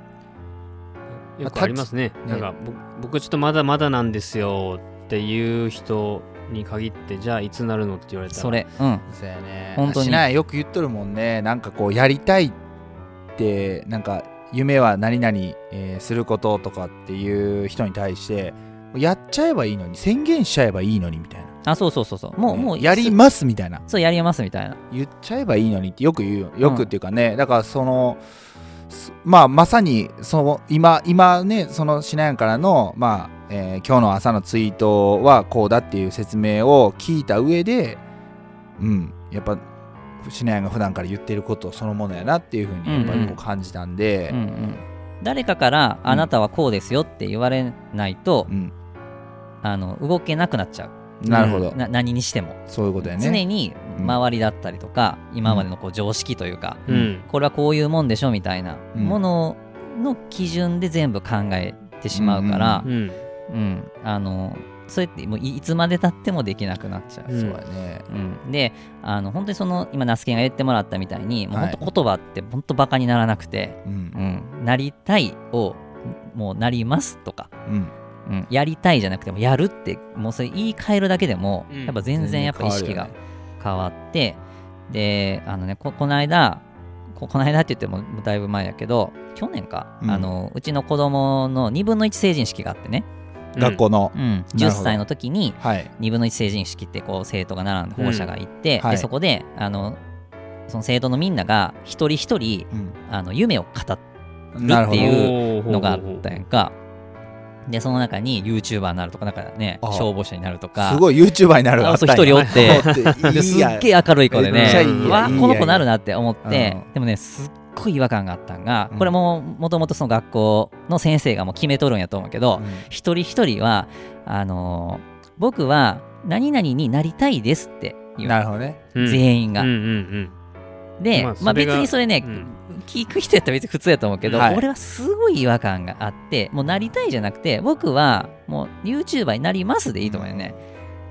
よくありますねあなんかぼ僕ちょっとまだまだなんですよっていう人に限ってじゃあいつなるのって言われたらそれ、うん、そうやね本当にしないよく言っとるもんねなんかこうやりたいってなんか夢は何々、えーすることとかっていう人に対してやっちゃえばいいのに宣言しちゃえばいいのにみたいなあそうそうそうそうもう、ねもうやりすますみたいなそうやりますみたいな。言っちゃえばいいのにってよく言うよよくっていうかね、だからそのすまあまさにその今今ねそのしなやんからのまあ、えー今日の朝のツイートはこうだっていう説明を聞いた上でうんやっぱしなやんが普段から言ってることそのものやなっていうふうにやっぱりうんうこんう感じたんでうんうん、誰かからあなたはこうですよって言われないと、うん、あの動けなくなっちゃうなるほど、な何にしても、そういうことやね常にうん周りだったりとか、今までのこう常識というか、うんこれはこういうもんでしょみたいなうんものの基準で全部考えてしまうからう、んうんあのそれってもういいつまでたってもできなくなっちゃう。うんそうやね。うん、であの本当にその今那須研が言ってもらったみたいにもうはい本当言葉って本当バカにならなくて、うん。うん、なりたいをもうなりますとか、うん。うん、やりたいじゃなくてもやるってもうそれ言い換えるだけでも、うんやっぱ全然やっぱ意識が全然変わってであのねここの間ここの間って言ってももうだいぶ前やけど去年か、うんあのうちの子供の2分の1成人式があってね、変わるよね。学校のう。ん、なる10ほど歳の時にはい。 2分の1成人式ってこう生徒が並んで保護者が行って、はいでそこであのその生徒のみんなが一人一人うん。あの夢を語ってなるほっど。ていうんのがあったやんかでその中に YouTuber になるとかなんかねあ消防車になるとかすごい YouTuber になるあそうあたんや一 [laughs] 人おっおってですいいやっげえ明るい子でめっちゃいいねやわあいいやこの子なるなって思っうてんでもねすっごい違和感があったんがうんこれももともとその学校の先生がもう決めとるんやと思うけどうん一人一人はあのー僕は何々になりたいですって言なうるほどね。うん全員がうんうんで、ままああ、それ別がにそれね、うん聞く人やったら別に普通やと思うけど、はい俺はすごい違和感があってもうなりたいじゃなくて僕はもう YouTuber になりますでいいと思うよね、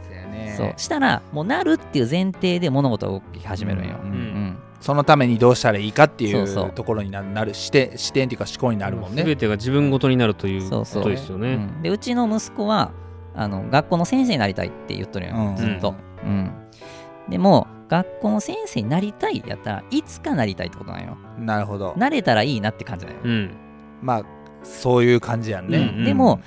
そうやねそうしたらもうなるっていう前提で物事を動き始めるんよ、ううんんうんそのためにどうしたらいいかっていそうそううところにななる視点視点っていうか思考になるもんすべね。てが自分ごとになるというそうこそうとですようね。んでうちの息子はあの学校の先生になりたいって言っとるんよ、うんずっと、うん、でも学校の先生になりたいやったらいつかなりたいってことなんよなるほど。なれたらいいなって感じなんよ、うんまあそういう感じやんうね。んでも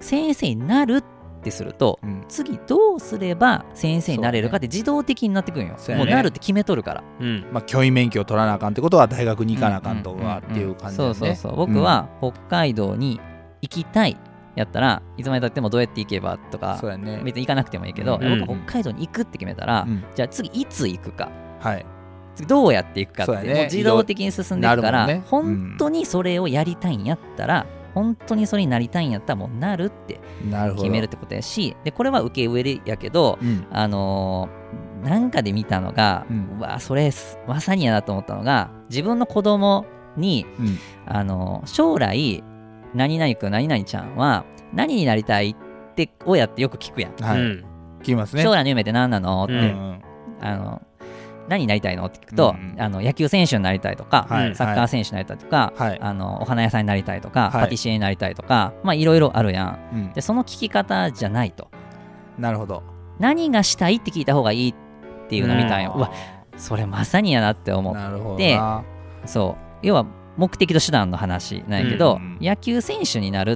先生になるってするとうん次どうすれば先生になれるかって自動的になってくるんよ、そうやもねうなるって決めとるからうんまあ教員免許を取らなあかんってことは大学に行かなあかんとかっていう感じそやうんそうね。そう僕は北海道に行きたいやったらいつまでたってもどうやって行けばとかそうやね。別に行かなくてもいいけど、うん僕は北海道に行くって決めたら、うんじゃあ次いつ行くかはい。次どうやって行くかっそてうやねもう自動的に進んでいくかなるもんら、ねうん本当にそれをやりたいんやったら本当にそれになりたいんやったらもうなるってなるほど。決めるってことやしでこれは受け入れやけどうん。あのーなんかで見たのが、ううんわそれすまさにやなと思ったのが自分の子供に、うんあのー将来何々くん何々ちゃんは何になりたいって親ってよく聞くやん、はうい。ん聞きますね。将来の夢って何なのって、ううんん。あの何になりたいのって聞くと、うんあの野球選手になりたいとか、はいサッカー選手になりたいとか、はいあのお花屋さんになりたいとか、はいパティシエになりたいとかまあいろいろあるやんうんでその聞き方じゃないとなるほど。何がしたいって聞いた方がいいっていうのみたいな、あうーわそれまさにやなって思なるほどな。でうそう要は目的と手段の話なんやけど、うん野球選手になる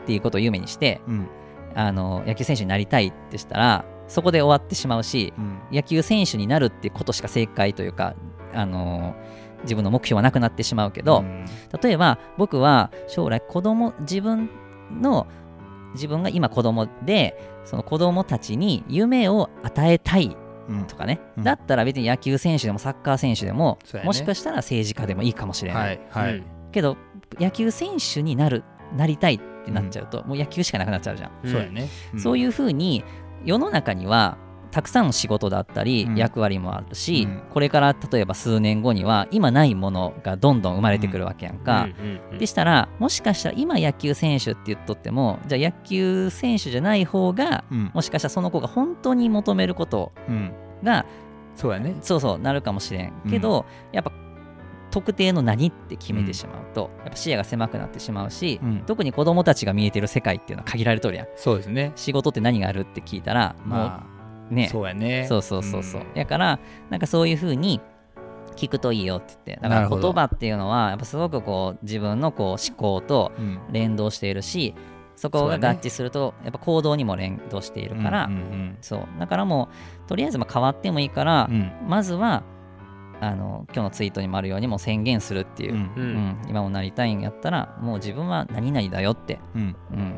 っていうことを夢にしてうんあの野球選手になりたいってしたらそこで終わってしまうしうん。野球選手になるってことしか正解というかあの自分の目標はなくなってしまうけど、うん例えば僕は将来子供自分の自分が今子供でその子供たちに夢を与えたいうんとかね、うんだったら別に野球選手でもサッカー選手でも、そうやねもしかしたら政治家でもいいかもしれない、はいはういん。けど野球選手になるなりたいってなっちゃうと、もう野球しかなくなっちゃうじゃん、うんそうやね。そういいうふうに世の中にはたくさんの仕事だったりうん役割もあるし、うんこれから例えば数年後には今ないものがどんどん生まれてくるわけやんか、うんうんうんでしたらもしかしたら今野球選手って言っとってもじゃあ野球選手じゃない方がうん。うんもしかしたらその子が本当に求めることうん。がそうやね。そうそうなるかもしれんけど、やっぱ特定の何って決めてしまうと、やっぱ視野が狭くなってしまうし、うん特に子供たちが見えてる世界っていうのは限られとるやんそうですね。仕事って何があるって聞いたらもまあ。うね、そうやね。そうそうそうそう、んだからなんかそういうふうに聞くといいよって言ってだかなるらほど言葉っていうのはやっぱすごくこう自分のこう思考とうん連動しているしそこがそうだ合ね致するとやっぱ行動にも連動しているからうんうんそうだからもうとりあえずまあ変わってもいいからう、んまずはあの今日のツイートにもあるようにもう宣言するっていうう、んううんん今もなりたいんやったらもう自分は何々だよって、うんうん、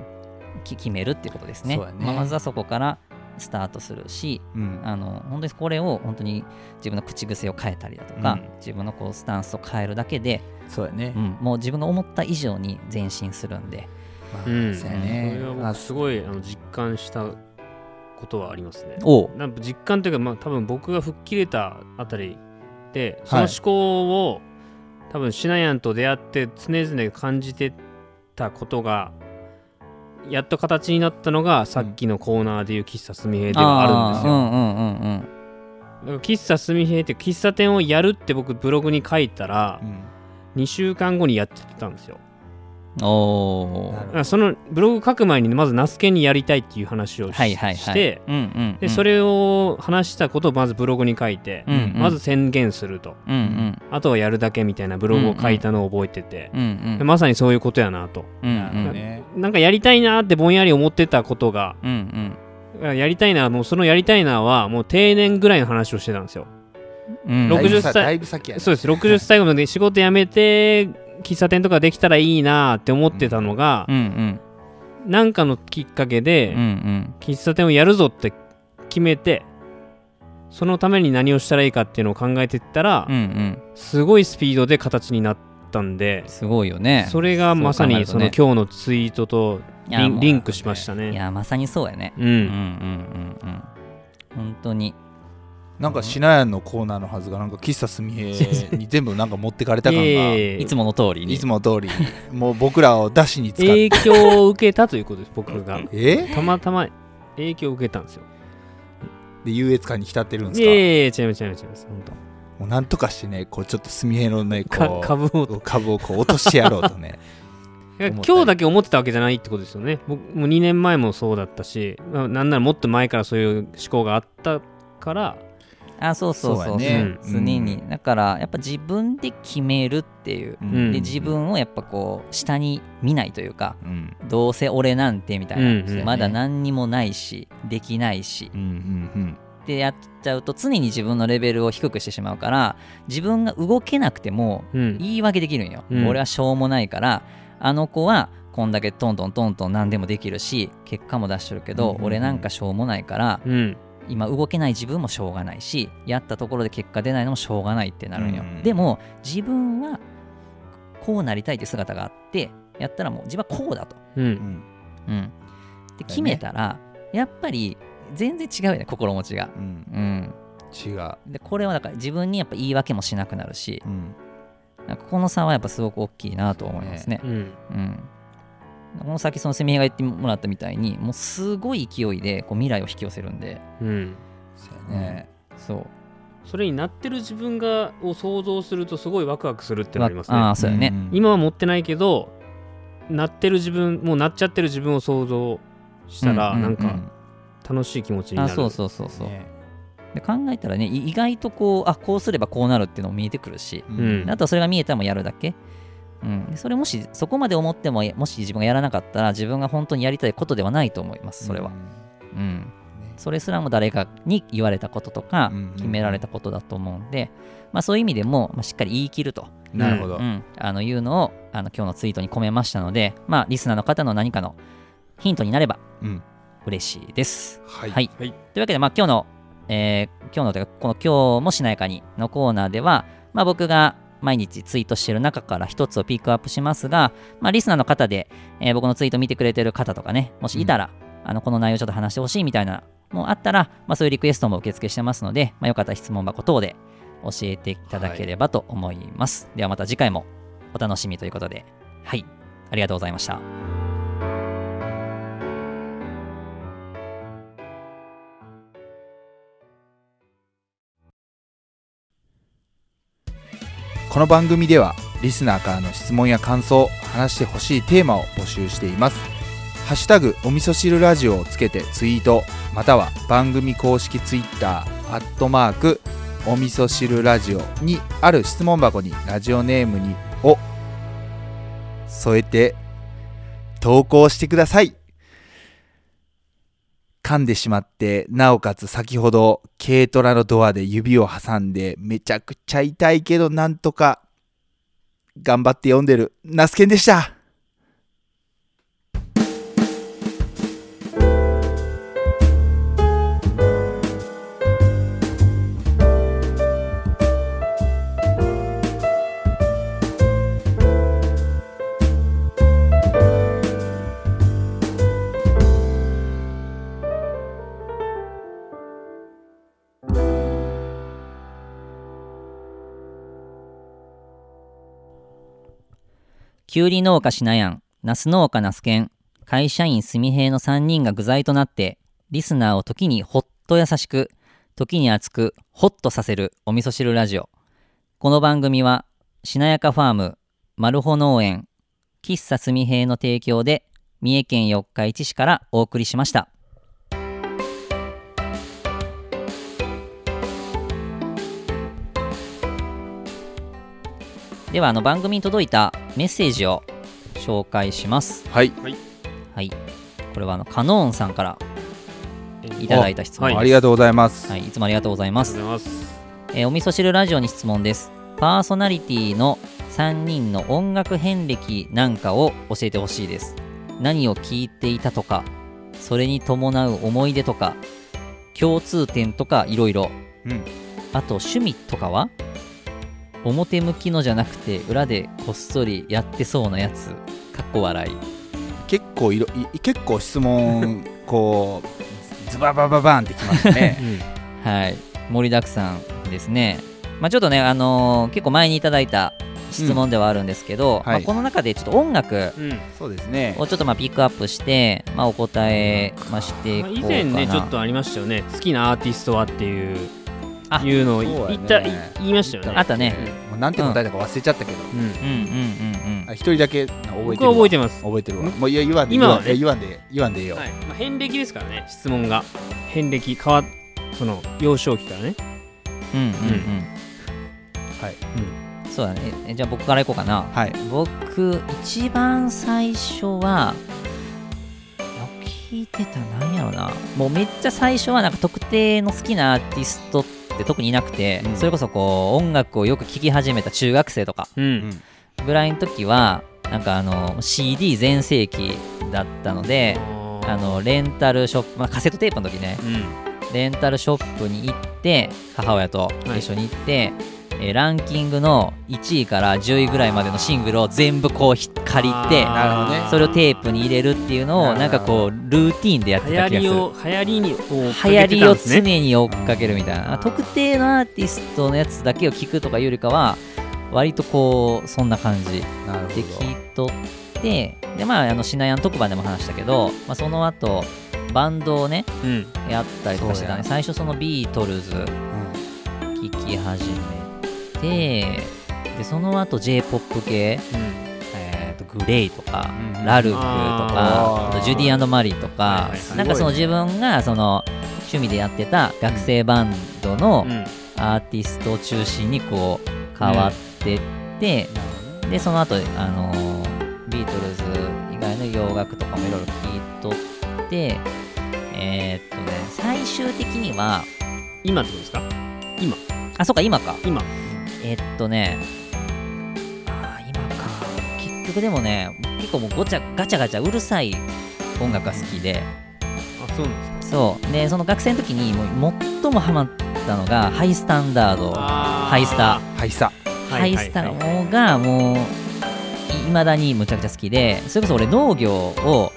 き決めるってことですねそうやねまあまずはそこからスタートするしうんあの本当にこれを本当に自分の口癖を変えたりだとか、うん自分のこうスタンスを変えるだけで、そうやねう。んもう自分が思った以上に前進するんで。まあうんそうやそねれは。あ僕すごいあの実感したことはありますね。おなんか実感というか、まあ、多分僕が吹っ切れたあたりでそのはい思考を、多分シナヤンと出会って常々感じてたことがやっと形になったのがさっきのコーナーでいう喫茶すみへいではあるんですよ、うんうんうんうんだから喫茶すみへいって喫茶店をやるって僕ブログに書いたら2週間後にやっちゃってたんですようんおなるほーだからそのブログ書く前にまずナスケにやりたいっていう話をし,、はいはいはいしてうんうんうんでそれを話したことをまずブログに書いて、うんうんまず宣言するとうんうんあとはやるだけみたいなブログを書いたのを覚えてて、うんうんでまさにそういうことやなとうんなるほどうんねなんかやりたいなってぼんやり思ってたことがうんうんやりたいなもうそのやりたいなはもう定年ぐらいの話をしてたんですようんだいぶ60さ歳だいぶ先やねそうです60歳後まで仕事辞めて喫茶店とかできたらいいなって思ってたのがう、んうんなんかのきっかけうで、んうん喫茶店をやるぞって決めてそのために何をしたらいいかっていうのを考えてったら、うんうんすごいスピードで形になったんで、すごいよねそれがまさにそそう考のえる今日とのツイートといリやもンうリンクしましたいねやまさにそうやねううんうんんうんうんうん本当になんかシナヤンのコーナーのはずがなんか喫茶すみへに全部なんか持ってかれたい感がえいえいつもの通りにいつも通りもう僕らを出しに使って影響を受けたということです僕 [laughs] がえたまたま影響を受けたんですよで優越感に浸ってるんですいかえいえ違います違います違います本もうなんとかしてねこうちょっとすみへのね当こかう株を株をこう落としてやろうとね [laughs] いや今日だけ思ってたわけじゃないってことですよね。僕もう2年前もそうだったし、ななんならもっと前からそういう思考があったから、あそうそうそうそうやねうん常に、うだからやっぱ自分で決めるっていう、ううんんで自分をやっぱこう下に見ないというかうんどうせ俺なんてみたいな、うんうんまだ何にもないしできないしうんうんうんってやっちゃうと常に自分のレベルを低くしてしまうから自分が動けなくてもうん。言い訳できるんよ、うん俺はしょうもないからあの子はこんだけトントントントン何でもできるし結果も出してるけうど、んうんうん俺なんかしょうもないからうん。今動けない自分もしょうがないしやったところで結果出ないのもしょうがないってなるんよ、うんでも自分はこうなりたいっていう姿があってやったらもう自分はこうだと、う。うんんうん、で決めたらやっぱり全然違うよね心持ちが、うんうん、違うでこれはだから自分にやっぱ言い訳もしなくなるしうんなんかここの差はやっぱすごく大きいなと思いますねうん。うんこの先そのセミヘが言ってもらったみたいにもうすごい勢いでこう未来を引き寄せるんでうん。そうやねそうそれになってる自分がを想像するとすごいワクワクするってなりますあねあ。そうやね、ん今は持ってないけど、なってる自分、もうなっちゃってる自分を想像したら、うんうんなうんんか楽しい気持ちになある。そうそうそうそう、ねで考えたらねい意外とこうあこうすればこうなるっていうのも見えてくるしううんあとはそれが見えたらもうやるだけ、うん、でそれもしそこまで思ってももし自分がやらなかったら自分が本当にやりたいことではないと思いますそれは、うんねそれすらも誰かに言われたこととかうんうんうん決められたことだと思うんで、まあ、そういう意味でも、まあ、しっかり言い切ると、なるほどうん、あのいうのをあの今日のツイートに込めましたので、まあ、リスナーの方の何かのヒントになればうん嬉しいです。はいはいはいというわけで、まあ、今日の、えー今日のというかこの今日もしなやかにのコーナーでは、まあ、僕が毎日ツイートしている中から一つをピックアップしますが、まあ、リスナーの方で、えー僕のツイート見てくれてる方とかねもしいたら、あのこの内容ちょっと話してほしいみたいなのもあったら、まあ、そういうリクエストも受付してますので、まあ、よかったら質問箱等で教えていただければと思います、ではまた次回もお楽しみということではいありがとうございましたこの番組ではリスナーからの質問や感想話してほしいテーマを募集していますハッシュタグお味噌汁ラジオをつけてツイートまたは番組公式ツイッターアットマークお味噌汁ラジオにある質問箱にラジオネームにを添えて投稿してください噛んでしまってなおかつ先ほど軽トラのドアで指を挟んでめちゃくちゃ痛いけどなんとか頑張って読んでるナスケンでしたきゅうり農家しなやん、ナス農家ナスケン、会社員すみへいの3人が具材となって、リスナーを時にほっと優しく、時に熱く、ほっとさせるお味噌汁ラジオ。この番組は、しなやかファーム、マルホ農園、喫茶すみへいの提供で、三重県四日市市からお送りしました。ではあの番組に届いたメッセージを紹介しますはい、はいこれはあのカノーンさんからいただいた質問はですありがとうございます。はい、いつもありがとうございまあすりがとうございますえーお味噌汁ラジオに質問ですパーソナリティの3人の音楽遍歴なんかを教えてほしいです何を聞いていたとかそれに伴う思い出とか共通点とかいろいろうんあと趣味とかは表向きのじゃなくて裏でこっそりやってそうなやつかっこ笑い結構いろい結構質 [laughs] 問こうズババババーンってきましたね。はい盛りだくさんですねまあちょっとねあのー結構前にいただいた質問ではあるんですけど、んまはあ、いこの中でちょっと音楽、うん、そうですね。をちょっとまあピックアップして、まあ、お答え、まあ、していまあこう以かな、前ねちょっとありましたよね好きなアーティストはっていうあいうのをそうやね言った言いましたよねあったねもう何て答えたか忘れちゃったけど、うんうんうんうんあ一人だけ覚えてるわ。僕は覚えてます覚えてるわ。むもういや言わんで今はね言わんでいや言わんで言わんでええよ。はい、まあ、遍歴ですからね質問が遍歴変わその幼少期からねうんうんうんはいうんそうだねえじゃあ僕からいこうかなはい。僕一番最初はあ聞いてたなんやろなもうめっちゃ最初はなんか特定の好きなアーティストって特にいなくて、うんそれこそこう音楽をよく聴き始めた中学生とかうん、うんぐらいの時はなんかあの CD 全盛期だったので、あのレンタルショップ、まあ、カセットテープの時ねうんレンタルショップに行って母親と一緒に行って、えーランキングの1位から10位ぐらいまでのシングルを全部こうひ借りてあなるほどねそれをテープに入れるっていうのあをーなんかこうルーティーンでやって流行た気がすりるを流行りにを流行りを常ねに追っかけるみたいなあー特定のアーティストのやつだけを聞くとかよりかは割とこうそんな感じなるほでど。聞い取ってでまああのシナヤン特番でも話したけど、まあ、その後バンドをねうんやったりとかしてたねそ最初そのビートルズ聴き始めてでその後 j p o p 系、えー、とグレイとか、うんラルクとあかーあとジュディマリーとはいかはいはいなんかそのす自分がその趣味でやってた学生バンドのうんアーティストを中心にこう変わってって、でその後あのービートルズ以外の洋楽とかもいろいろ聴いとってえーっとね最終的には今ってことですかあそうか今か今えーっとねあー今か結局でもね結構もうごちゃガチャガチャうるさい音楽が好きであそうなんですかそうでその学生の時にもう最もハマったのがハイスタンダードハハイスターはいさ。ハイスタの方がもういまだにむちゃくちゃ好きでそれこそ俺農業を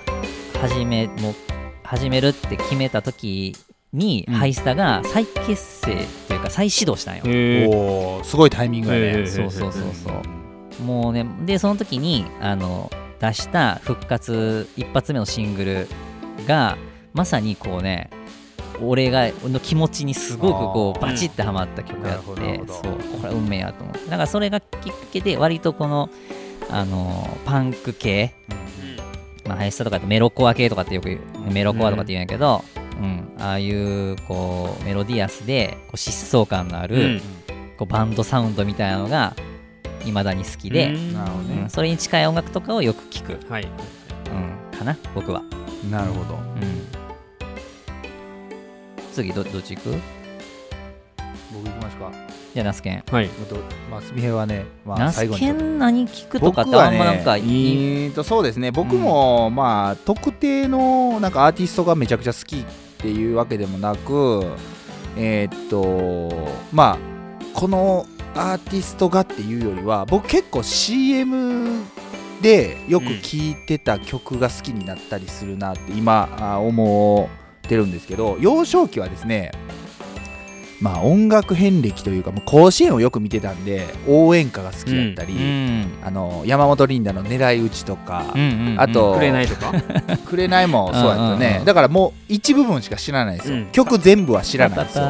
始めもう始めるって決めた時に、うんハイスタが再結成というか再始動したんよ、へえおおすごいタイミングだへねー。そうそうそうそうもうねでその時にあの出した復活一発目のシングルがまさにこうね俺がの気持ちにすごくこうあーバチッてはまった曲やって、うんなるほどそうこれは運命やと思ってだからそれがきっかけで割とこのあのパンク系まあ、林田とかってメロコア系とかってよく言うメロコアとかって言うんやけど、うんああいうこうメロディアスでこう疾走感のあうるん、こうバンドサウンドみたいなのがいまだに好きうで、んなるほどうんねそれに近い音楽とかをよく聞く、はいうん、かな僕は、うんなるほど。うん、次どどっち行く僕行きますか。じゃあナスケンはいあとまあスミヘはね、まあナ最ス後にケちょっと。ン何聞くと僕かはってあんまなんかね、えいいーとそうですね僕も、まあ特定のなんかアーティストがめちゃくちゃ好きっていうわけでもなくえーっとまあこのアーティストがっていうよりは僕結構 CM でよく聴いてた曲が好きになったりするなって今、あ思ってるんですけど幼少期はですねまあ、音楽遍歴というかもう甲子園をよく見てたんで応援歌が好きだったり、うんあの山本リンダの「狙い撃ち」とかう、んうんあとくれないとか「くれない」もそうやったね、うんうんうんだからもう一部分しか知らないですよ、うん曲全部は知らないですよう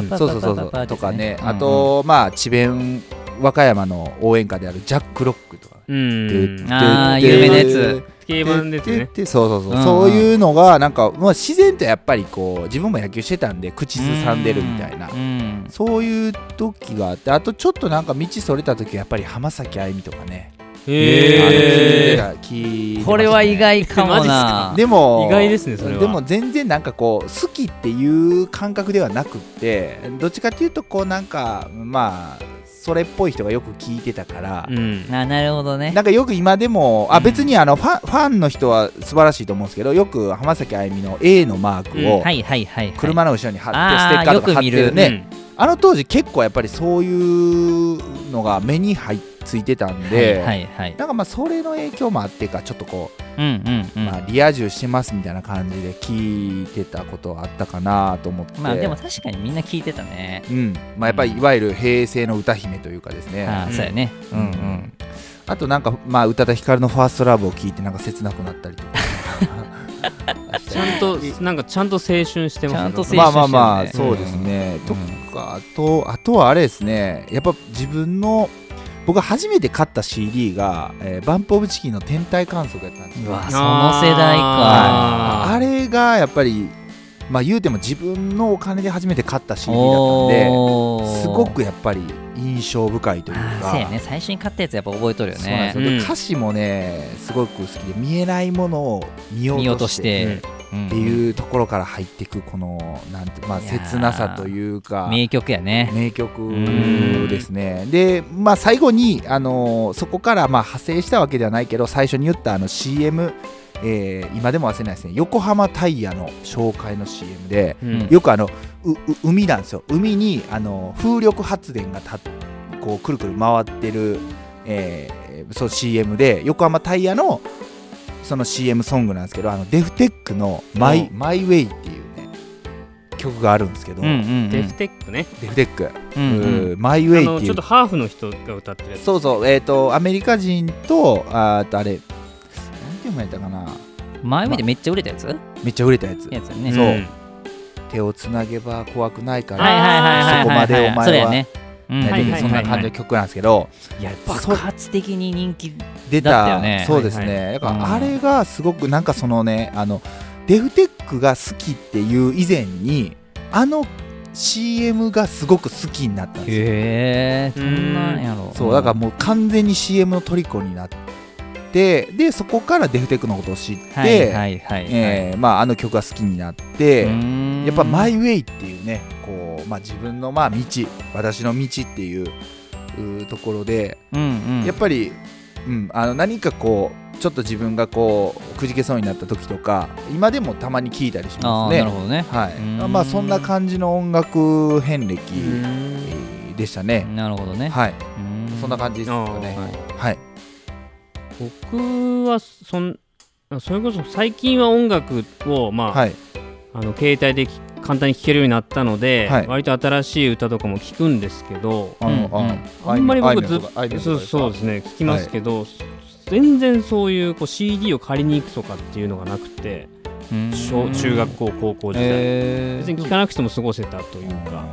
んそうそうそうそうとかね、あ、と、まあ智弁和歌山の応援歌であるジャック・ロックとか。 [laughs] うんあー有名なやつ定番ですねでそうそうそう、うんうんそういうのがなんか、まあ、自然とやっぱりこう自分も野球してたんで口ずさんでるみたいな、うんうんそういう時があってあとちょっとなんか道それた時はやっぱり浜崎あゆみとかね、へーあの聞いてた聞いてましたねこれは意外かもマジっすなか。でも意外ですねそれはでも全然なんかこう好きっていう感覚ではなくってどっちかっていうとこうなんかまあそれっぽい人がよく聞いてたから、うんあなるほどね。なんかよく今でもあうん別にあのファンファンの人は素晴らしいと思うんですけどよく浜崎あゆみの A のマークうんをはいはいはいはい。車の後ろに貼って、あーステッカーとか貼ってよるく見ね、あの当時結構やっぱりそういうのが目に入っついてたんで、はいはいはい。なんかまあそれの影響もあってかちょっとこう、うんうんうん。まあ、リア充してますみたいな感じで聞いてたことはあったかなと思ってまあでも確かにみんな聞いてたね。うんまあ、やっぱりいわゆる平成の歌姫というかですね、ああ、そうやね。うんうんあとなんか、まあ、宇多田ヒカルの「ファーストラブを聞いてなんか切なくなったりとか [laughs] ちゃんとなんかちゃんと青春してますちゃんと青春まあまあまあしてるねそうですね、うとんかあとあとはあれですねやっぱ自分の僕が初めて買った CD が、えーバンプ・オブ・チキンの天体観測やったんですうよわ、ーその世代ああか。ーれがやっぱりまあ言うても自分のお金で初めて買った CD だったんでおーすごくやっぱり印象深いというああかそうやね最初に買ったやつやっぱ覚えとるよそうなんでねすよでうん歌詞もねすごく好きで見えないものを見よ見よううととししててっっていうところから入っていくこのなんてまあいやー切なさというか名曲やね名曲ですねでまあ最後にあのーそこからまあ派生したわけではないけど最初に言ったあの CM えー今でも忘れないですね横浜タイヤの紹介の CM でうんよくあのうう海なんですよ海にあの風力発電がたこうくるくる回ってる、えーそう CM で横浜タイヤのその CM ソングなんですけどあのデフテックのマイ「マイウェイっていうね曲があるんですけど、うんうんうんデフテックねデフテック「うんうんうんマイウあェイのってちいうょっとハーフの人が歌ってるやつそうそうえっ、とアメリカ人とああとあれなんて読まれたかな前見てめっちゃ売れたやつめっちゃ売れたやつやつやねそうん手をつなげば怖くないかはいら、はいはいはいはいそこまでお前はそれやねうんねはいはいではいそんな感じの曲なんですけど、いや爆発的に人気出だったたよねそうですね、はいだからうんあれがすごくなんかそのねあのデフテックが好きっていう以前にあの CM がすごく好きになったんですよへえそんなんやろそうだからもう完全に CM の虜になってでそこからデフテックのことを知って、はいはいはいはいえーまあ、あの曲が好きになって、やっぱ「マイ・ウェイ」っていうねこう、まあ、自分のまあ道私の道っていううーところでやっやぱり、うん、あの何かこうちょっと自分がこうくじけそうになった時とか今でもたまに聞いたりしあますあなねる。ほどねはうい、んまあそんな感じの音楽遍歴、えーでしたね。なるほどねはい、うんそんな感じですかねあー。はい、僕はそんそれこそ最近は音楽をまあ、はい、あの携帯でき簡単に聴けるようになったので、はい割と新しい歌とかも聴くんですけどあの、うんあのあんまり僕あいみょずんとかあいみょんとかそうですかそうですね聴きますけど、全然そういうこう CD を借りに行くとかっていうのがなくてうん小中学校高校時代、へ別ーに聴かなくても過ごせたといううんか、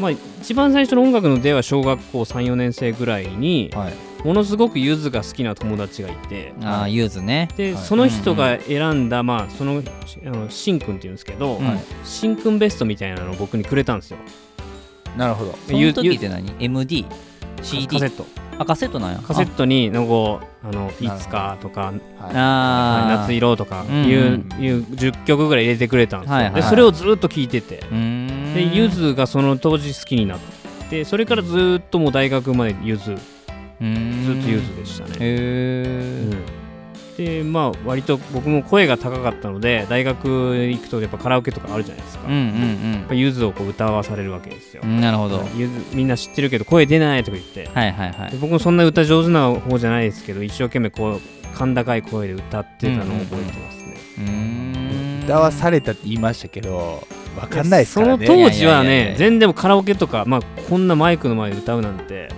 まあ、一番最初の音楽の出会いは小学校34年生ぐらいにはい、ものすごくゆずが好きな友達がいてああユーズねで、はいその人が選んだ、まあ、そのあのしんくんっていうんですけど、うんしんくんベストみたいなのを僕にくれたんですよなるほど。その時って何 ?MD? カ CD? セットあ、カセットなんや。カセットにのこうあの「いつか」とかはい、 「ああ。夏色」とかいう,、うんうんいう10曲ぐらい入れてくれたんですよ、はいはいはいでそれをずっと聴いててうーん。でゆずがその当時好きになってそれからずっともう大学までゆずうーんずっとゆずでしたねへうんえ。でまあ割と僕も声が高かったので大学行くとやっぱカラオケとかあるじゃないですか、うんうやっんぱゆずをこう歌わされるわけですよ、うん。なるほど。ゆずみんな知ってるけど声出ないとか言ってはいはいはでい。僕もそんな歌上手な方じゃないですけど一生懸命こう甲高い声で歌ってたのを覚えてますね、うーん。歌わされたって言いましたけど、わかんないですからねその当時はいやいやいやいねや全然でもカラオケとか、まあ、こんなマイクの前で歌うなんて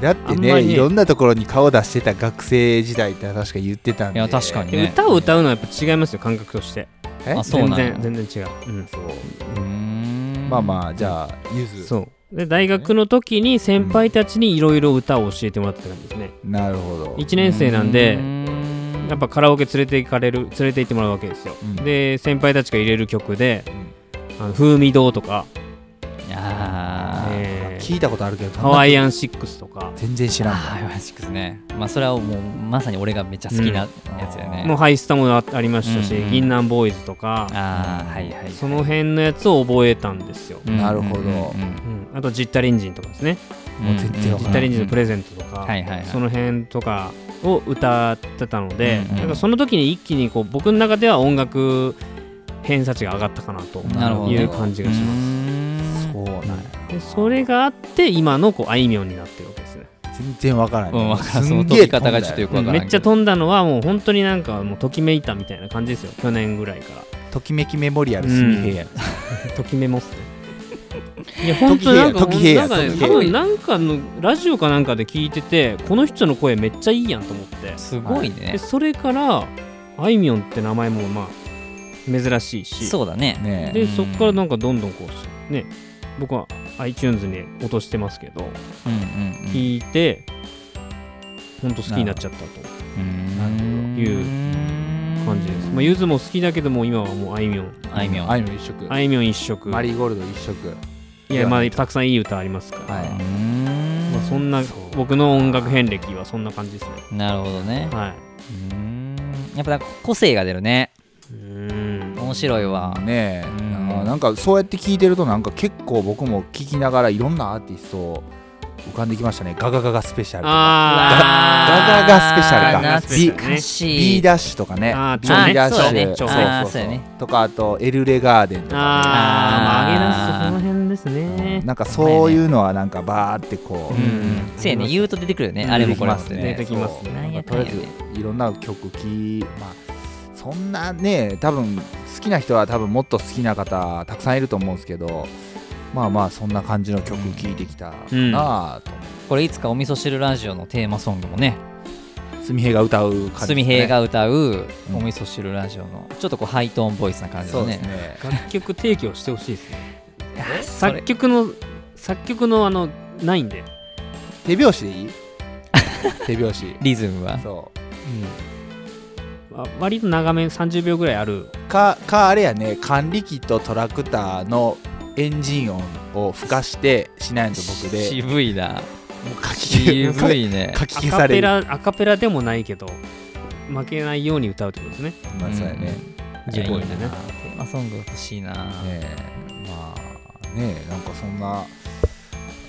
だってあんまねりねいろんなところに顔出してた学生時代って確か言ってたんでいや確かにでね歌を歌うのはやっぱ違いますよ感覚としてえあそうなんや全然全然違う、うんそううーんまあまあじゃあゆずそうで大学の時に先輩たちにいろいろ歌を教えてもらってた感じですねなるほど1年生なんでうーんやっぱカラオケ連れて行かれる連れて行ってもらうわけですよ、うんで先輩たちが入れる曲で「あの風味堂」とか、あーえー聞いたことあるけどハワイアンシックス」とか全然知らんあーマジックスねまあそれはもうまさに俺がめっちゃ好きなやつだよね、うんもうハイスタもあありましたしうん「うん銀杏ボーイズ」とかああはいはいその辺のやつを覚えたんですよ、なるほどうんあとジッタリンジンとかですねもう全然わかんジッなタいリンジンのプレゼゼントとか、はいはいはいその辺とかを歌ってたので、うんうんなんかその時に一気にこう僕の中では音楽偏差値が上がったかなとなるほどねいう感じがします、ますそうなんやでそれがあって今のこうあいみょんになってるわけですね、全然わからんうんわからんすそんのげ飛えび方がちょっとよ飛んだよくわからんめけどっちゃ飛んだのはもう本当になんかもうときめいたみたいな感じですよ去年ぐらいかときめきメモリアルすみへやらときめますねいや本当になんかときへやなんかねときへ多や分なんかのラジオかなんかで聞いててこの人の声めっちゃいいやんと思ってすごいねでそれからあいみょんって名前もまあ珍しいしそうだねねえでうんそこからなんかどんどんこうね僕は iTunes に落としてますけどうんうんうん聞いてほんと好きになっちゃったとうんいう感じですまあゆずも好きだけども今はもうあいみょんあいみょんあいみょん一色あいみょん一色マリーゴールド一色いやまあたくさんいい歌ありますから、はいまあ、そんなそう僕の音楽遍歴はそんな感じですねなるほどねはうんやっぱなんか個性が出るねいうーん面白いわねえうんあーなんかそうやって聞いてるとなんか結構僕も聞きながらいろんなアーティストを浮かんできましたねガガガガスペシャルあガガガスペシャルガかガスペシャルね懐かし B いダッシュとかねあー B 超ねダッシそうだねュ超そうねあそーうそうそだねうとかあとエルレガーデンとかあーああまーあ上げ出すとこの辺ですねなんかそういうのはなんかバーってこうう、うんんそうやね言うと出てくるよねうんあれもこれも出てきますね出てきますねなんやかとんりあやねえずいろんな曲聴まあそんなね多分好きな人は多分もっと好きな方たくさんいると思うんですけどまあまあそんな感じの曲聴いてきたかなと思これいつかお味噌汁ラジオのテーマソングもねう、すみへが歌う感じですすみへいが歌ううんお味噌汁ラジオのちょっとこうハイトーンボイスな感じそうのですねね楽曲提供してほしいですねいやそ作れ曲の作曲のあのないんで、手拍子でいい手拍子リズムはそわ割と長め30秒ぐらいあるうかかあれやね管理機とトラクターのエンジン音を吹かしてしないと僕で渋いなもう書き渋消いね書きア消カさペれるラアカペラでもないけど負けないように歌うってことですねまあそうやね、ねいやい自いな分でねテーマソング欲しいなえまあねえなんかそんな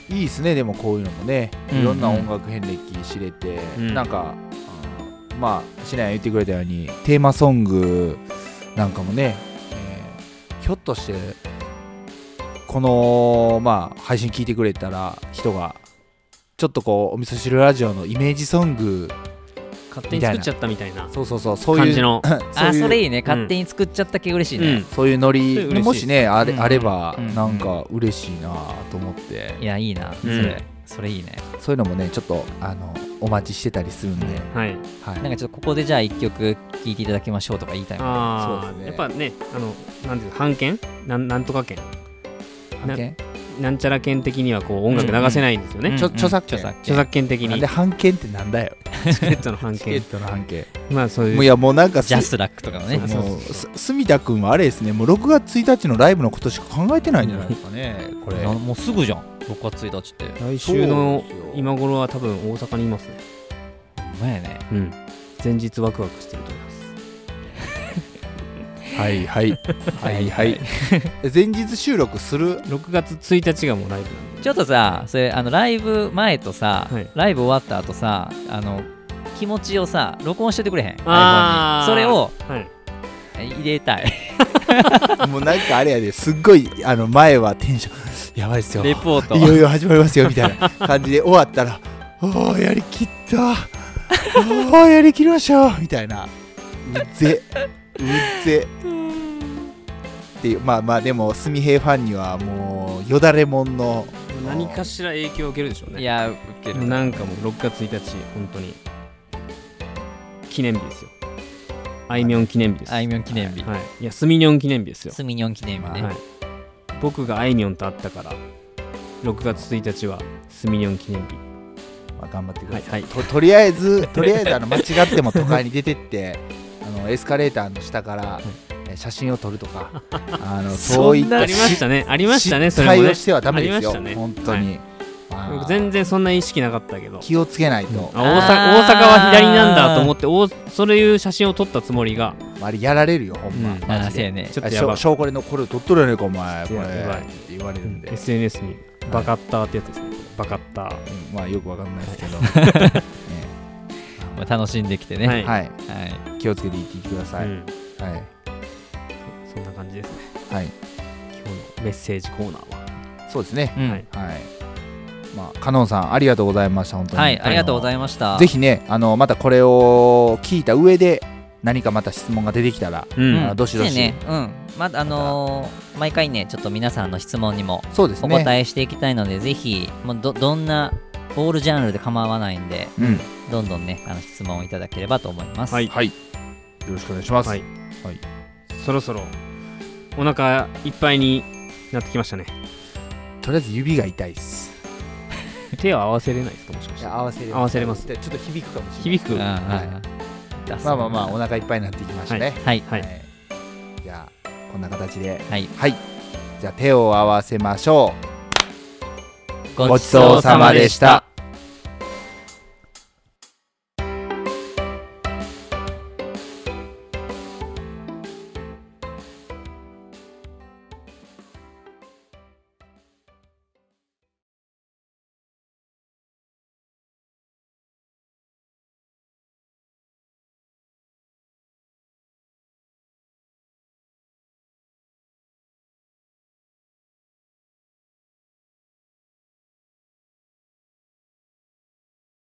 いいですねでもこういうのもねうんいろんな音楽遍歴知れて、うんなんか、うんまあシナヤ言ってくれたようにテーマソングなんかもね、えーひょっとしてこの、まあ、配信聞いてくれたら人がちょっとこうお味噌汁ラジオのイメージソング勝手に作っちゃったみたいなそうそうそうそう感いじうのそうあいうそれいいね勝手に作っちゃった系嬉しいねそういうノリそれ嬉しいもしねあれ,、うんあればうんなんか嬉しいなと思って、いやいいなそれそれいいねそういうのもねちょっとあのお待ちしてたりするんで、はいはい、なんかちょっとここでじゃあ一曲聴いていただきましょうとか言いたいもんあそあ、うですねやっぱねあのなんていうの版権なんなんとか権版権なんちゃら権的にはこう音楽流せないんですよね、うんちょ著作権著作権的なんにで版権ってなんだよチケットの版チケッ権トの版権まあそうもういいうやもうなんかすジャスラックとかのねそうもうす住田君はあれですねもう6月1日のライブのことしか考えてないんじゃないですかねこれなもうすぐじゃん6月1日って来週のそうですよ今頃は多分大阪にいますねほんまやねうん前日ワクワクしてると思いますはいはいはいはい前日収録する6月1日がもうライブなんでちょっとさそれあのライブ前とさ、はいライブ終わった後さあの気持ちをさ録音しといてくれへん iPhone あーにそれをはい入れた [laughs] いもうなんかあれやですっごいあの前はテンションやばいっすよレポートいよいよ始まりますよみたいな感じで終わったら「おおやりきったおおやりきりましょう」みたいなうぜうぜっていうまあまあでも純平ファンにはもうよだれもんの [laughs] 何かしら影響を受けるでしょうねいや受けるなんかもう6月1日本当に記念日ですよあいみょん記念日ですあいみょん記念日はい、いやすみにょん記念日ですよ、スミニョン記念日ね、はい、僕があいみょんと会ったから6月1日はすみにょん記念日まあ、頑張ってください、はいはといとりあえ [laughs] ずとりあえずあの間違っても都会に出てってあのエスカレーターの下からえ写真を撮ると [laughs] かあのそういっんなあたりましたねありましたねそ失態れもねをしてはダメですよ、ありましたね本当に、あー僕全然そんな意識なかったけど気をつけないと、あ大阪大阪は左なんだと思っておそういう写真を撮ったつもりが、あれやられるよほんま、うんマあジそうでやねちょっあとやば証い証拠で残る撮っとるやねんかお前これやばいやばいって言われるんで、 SNS にバカッターってやつですねバカッターうんまあよくわかんないですけど、まあ、楽しんできてね、ははいいねはい気をつけていってください、うんはいそんな感じですねはい今日のメッセージコーナーは、そうですね、うんはいはいまあカノンさんありがとうございました本当にはいありがとうごいざいましたぜひねあのまたこれを聞いた上で何かまた質問が出てきたら、うんあのどしどし、そうやねうんまだあのー毎回ねちょっと皆さんの質問にもそうですおね答えしていきたいので、ぜひもうどどんなオールジャンルで構わないんでうんどんどんねあの質問をいただければと思います、はいはいよろしくお願いします、はいはいそろそろお腹いっぱいになってきまし [laughs] たねとりあえず指が痛いです手は合わせれないですかもしかして合わせれ合わせれますちょっと響くかもしれない響く、うんうんうんは出すまあまあまあお腹いっぱいになってきましたね、はいはいじゃあこんな形ではいはいじゃあ手を合わせましょうごごちそうさまでした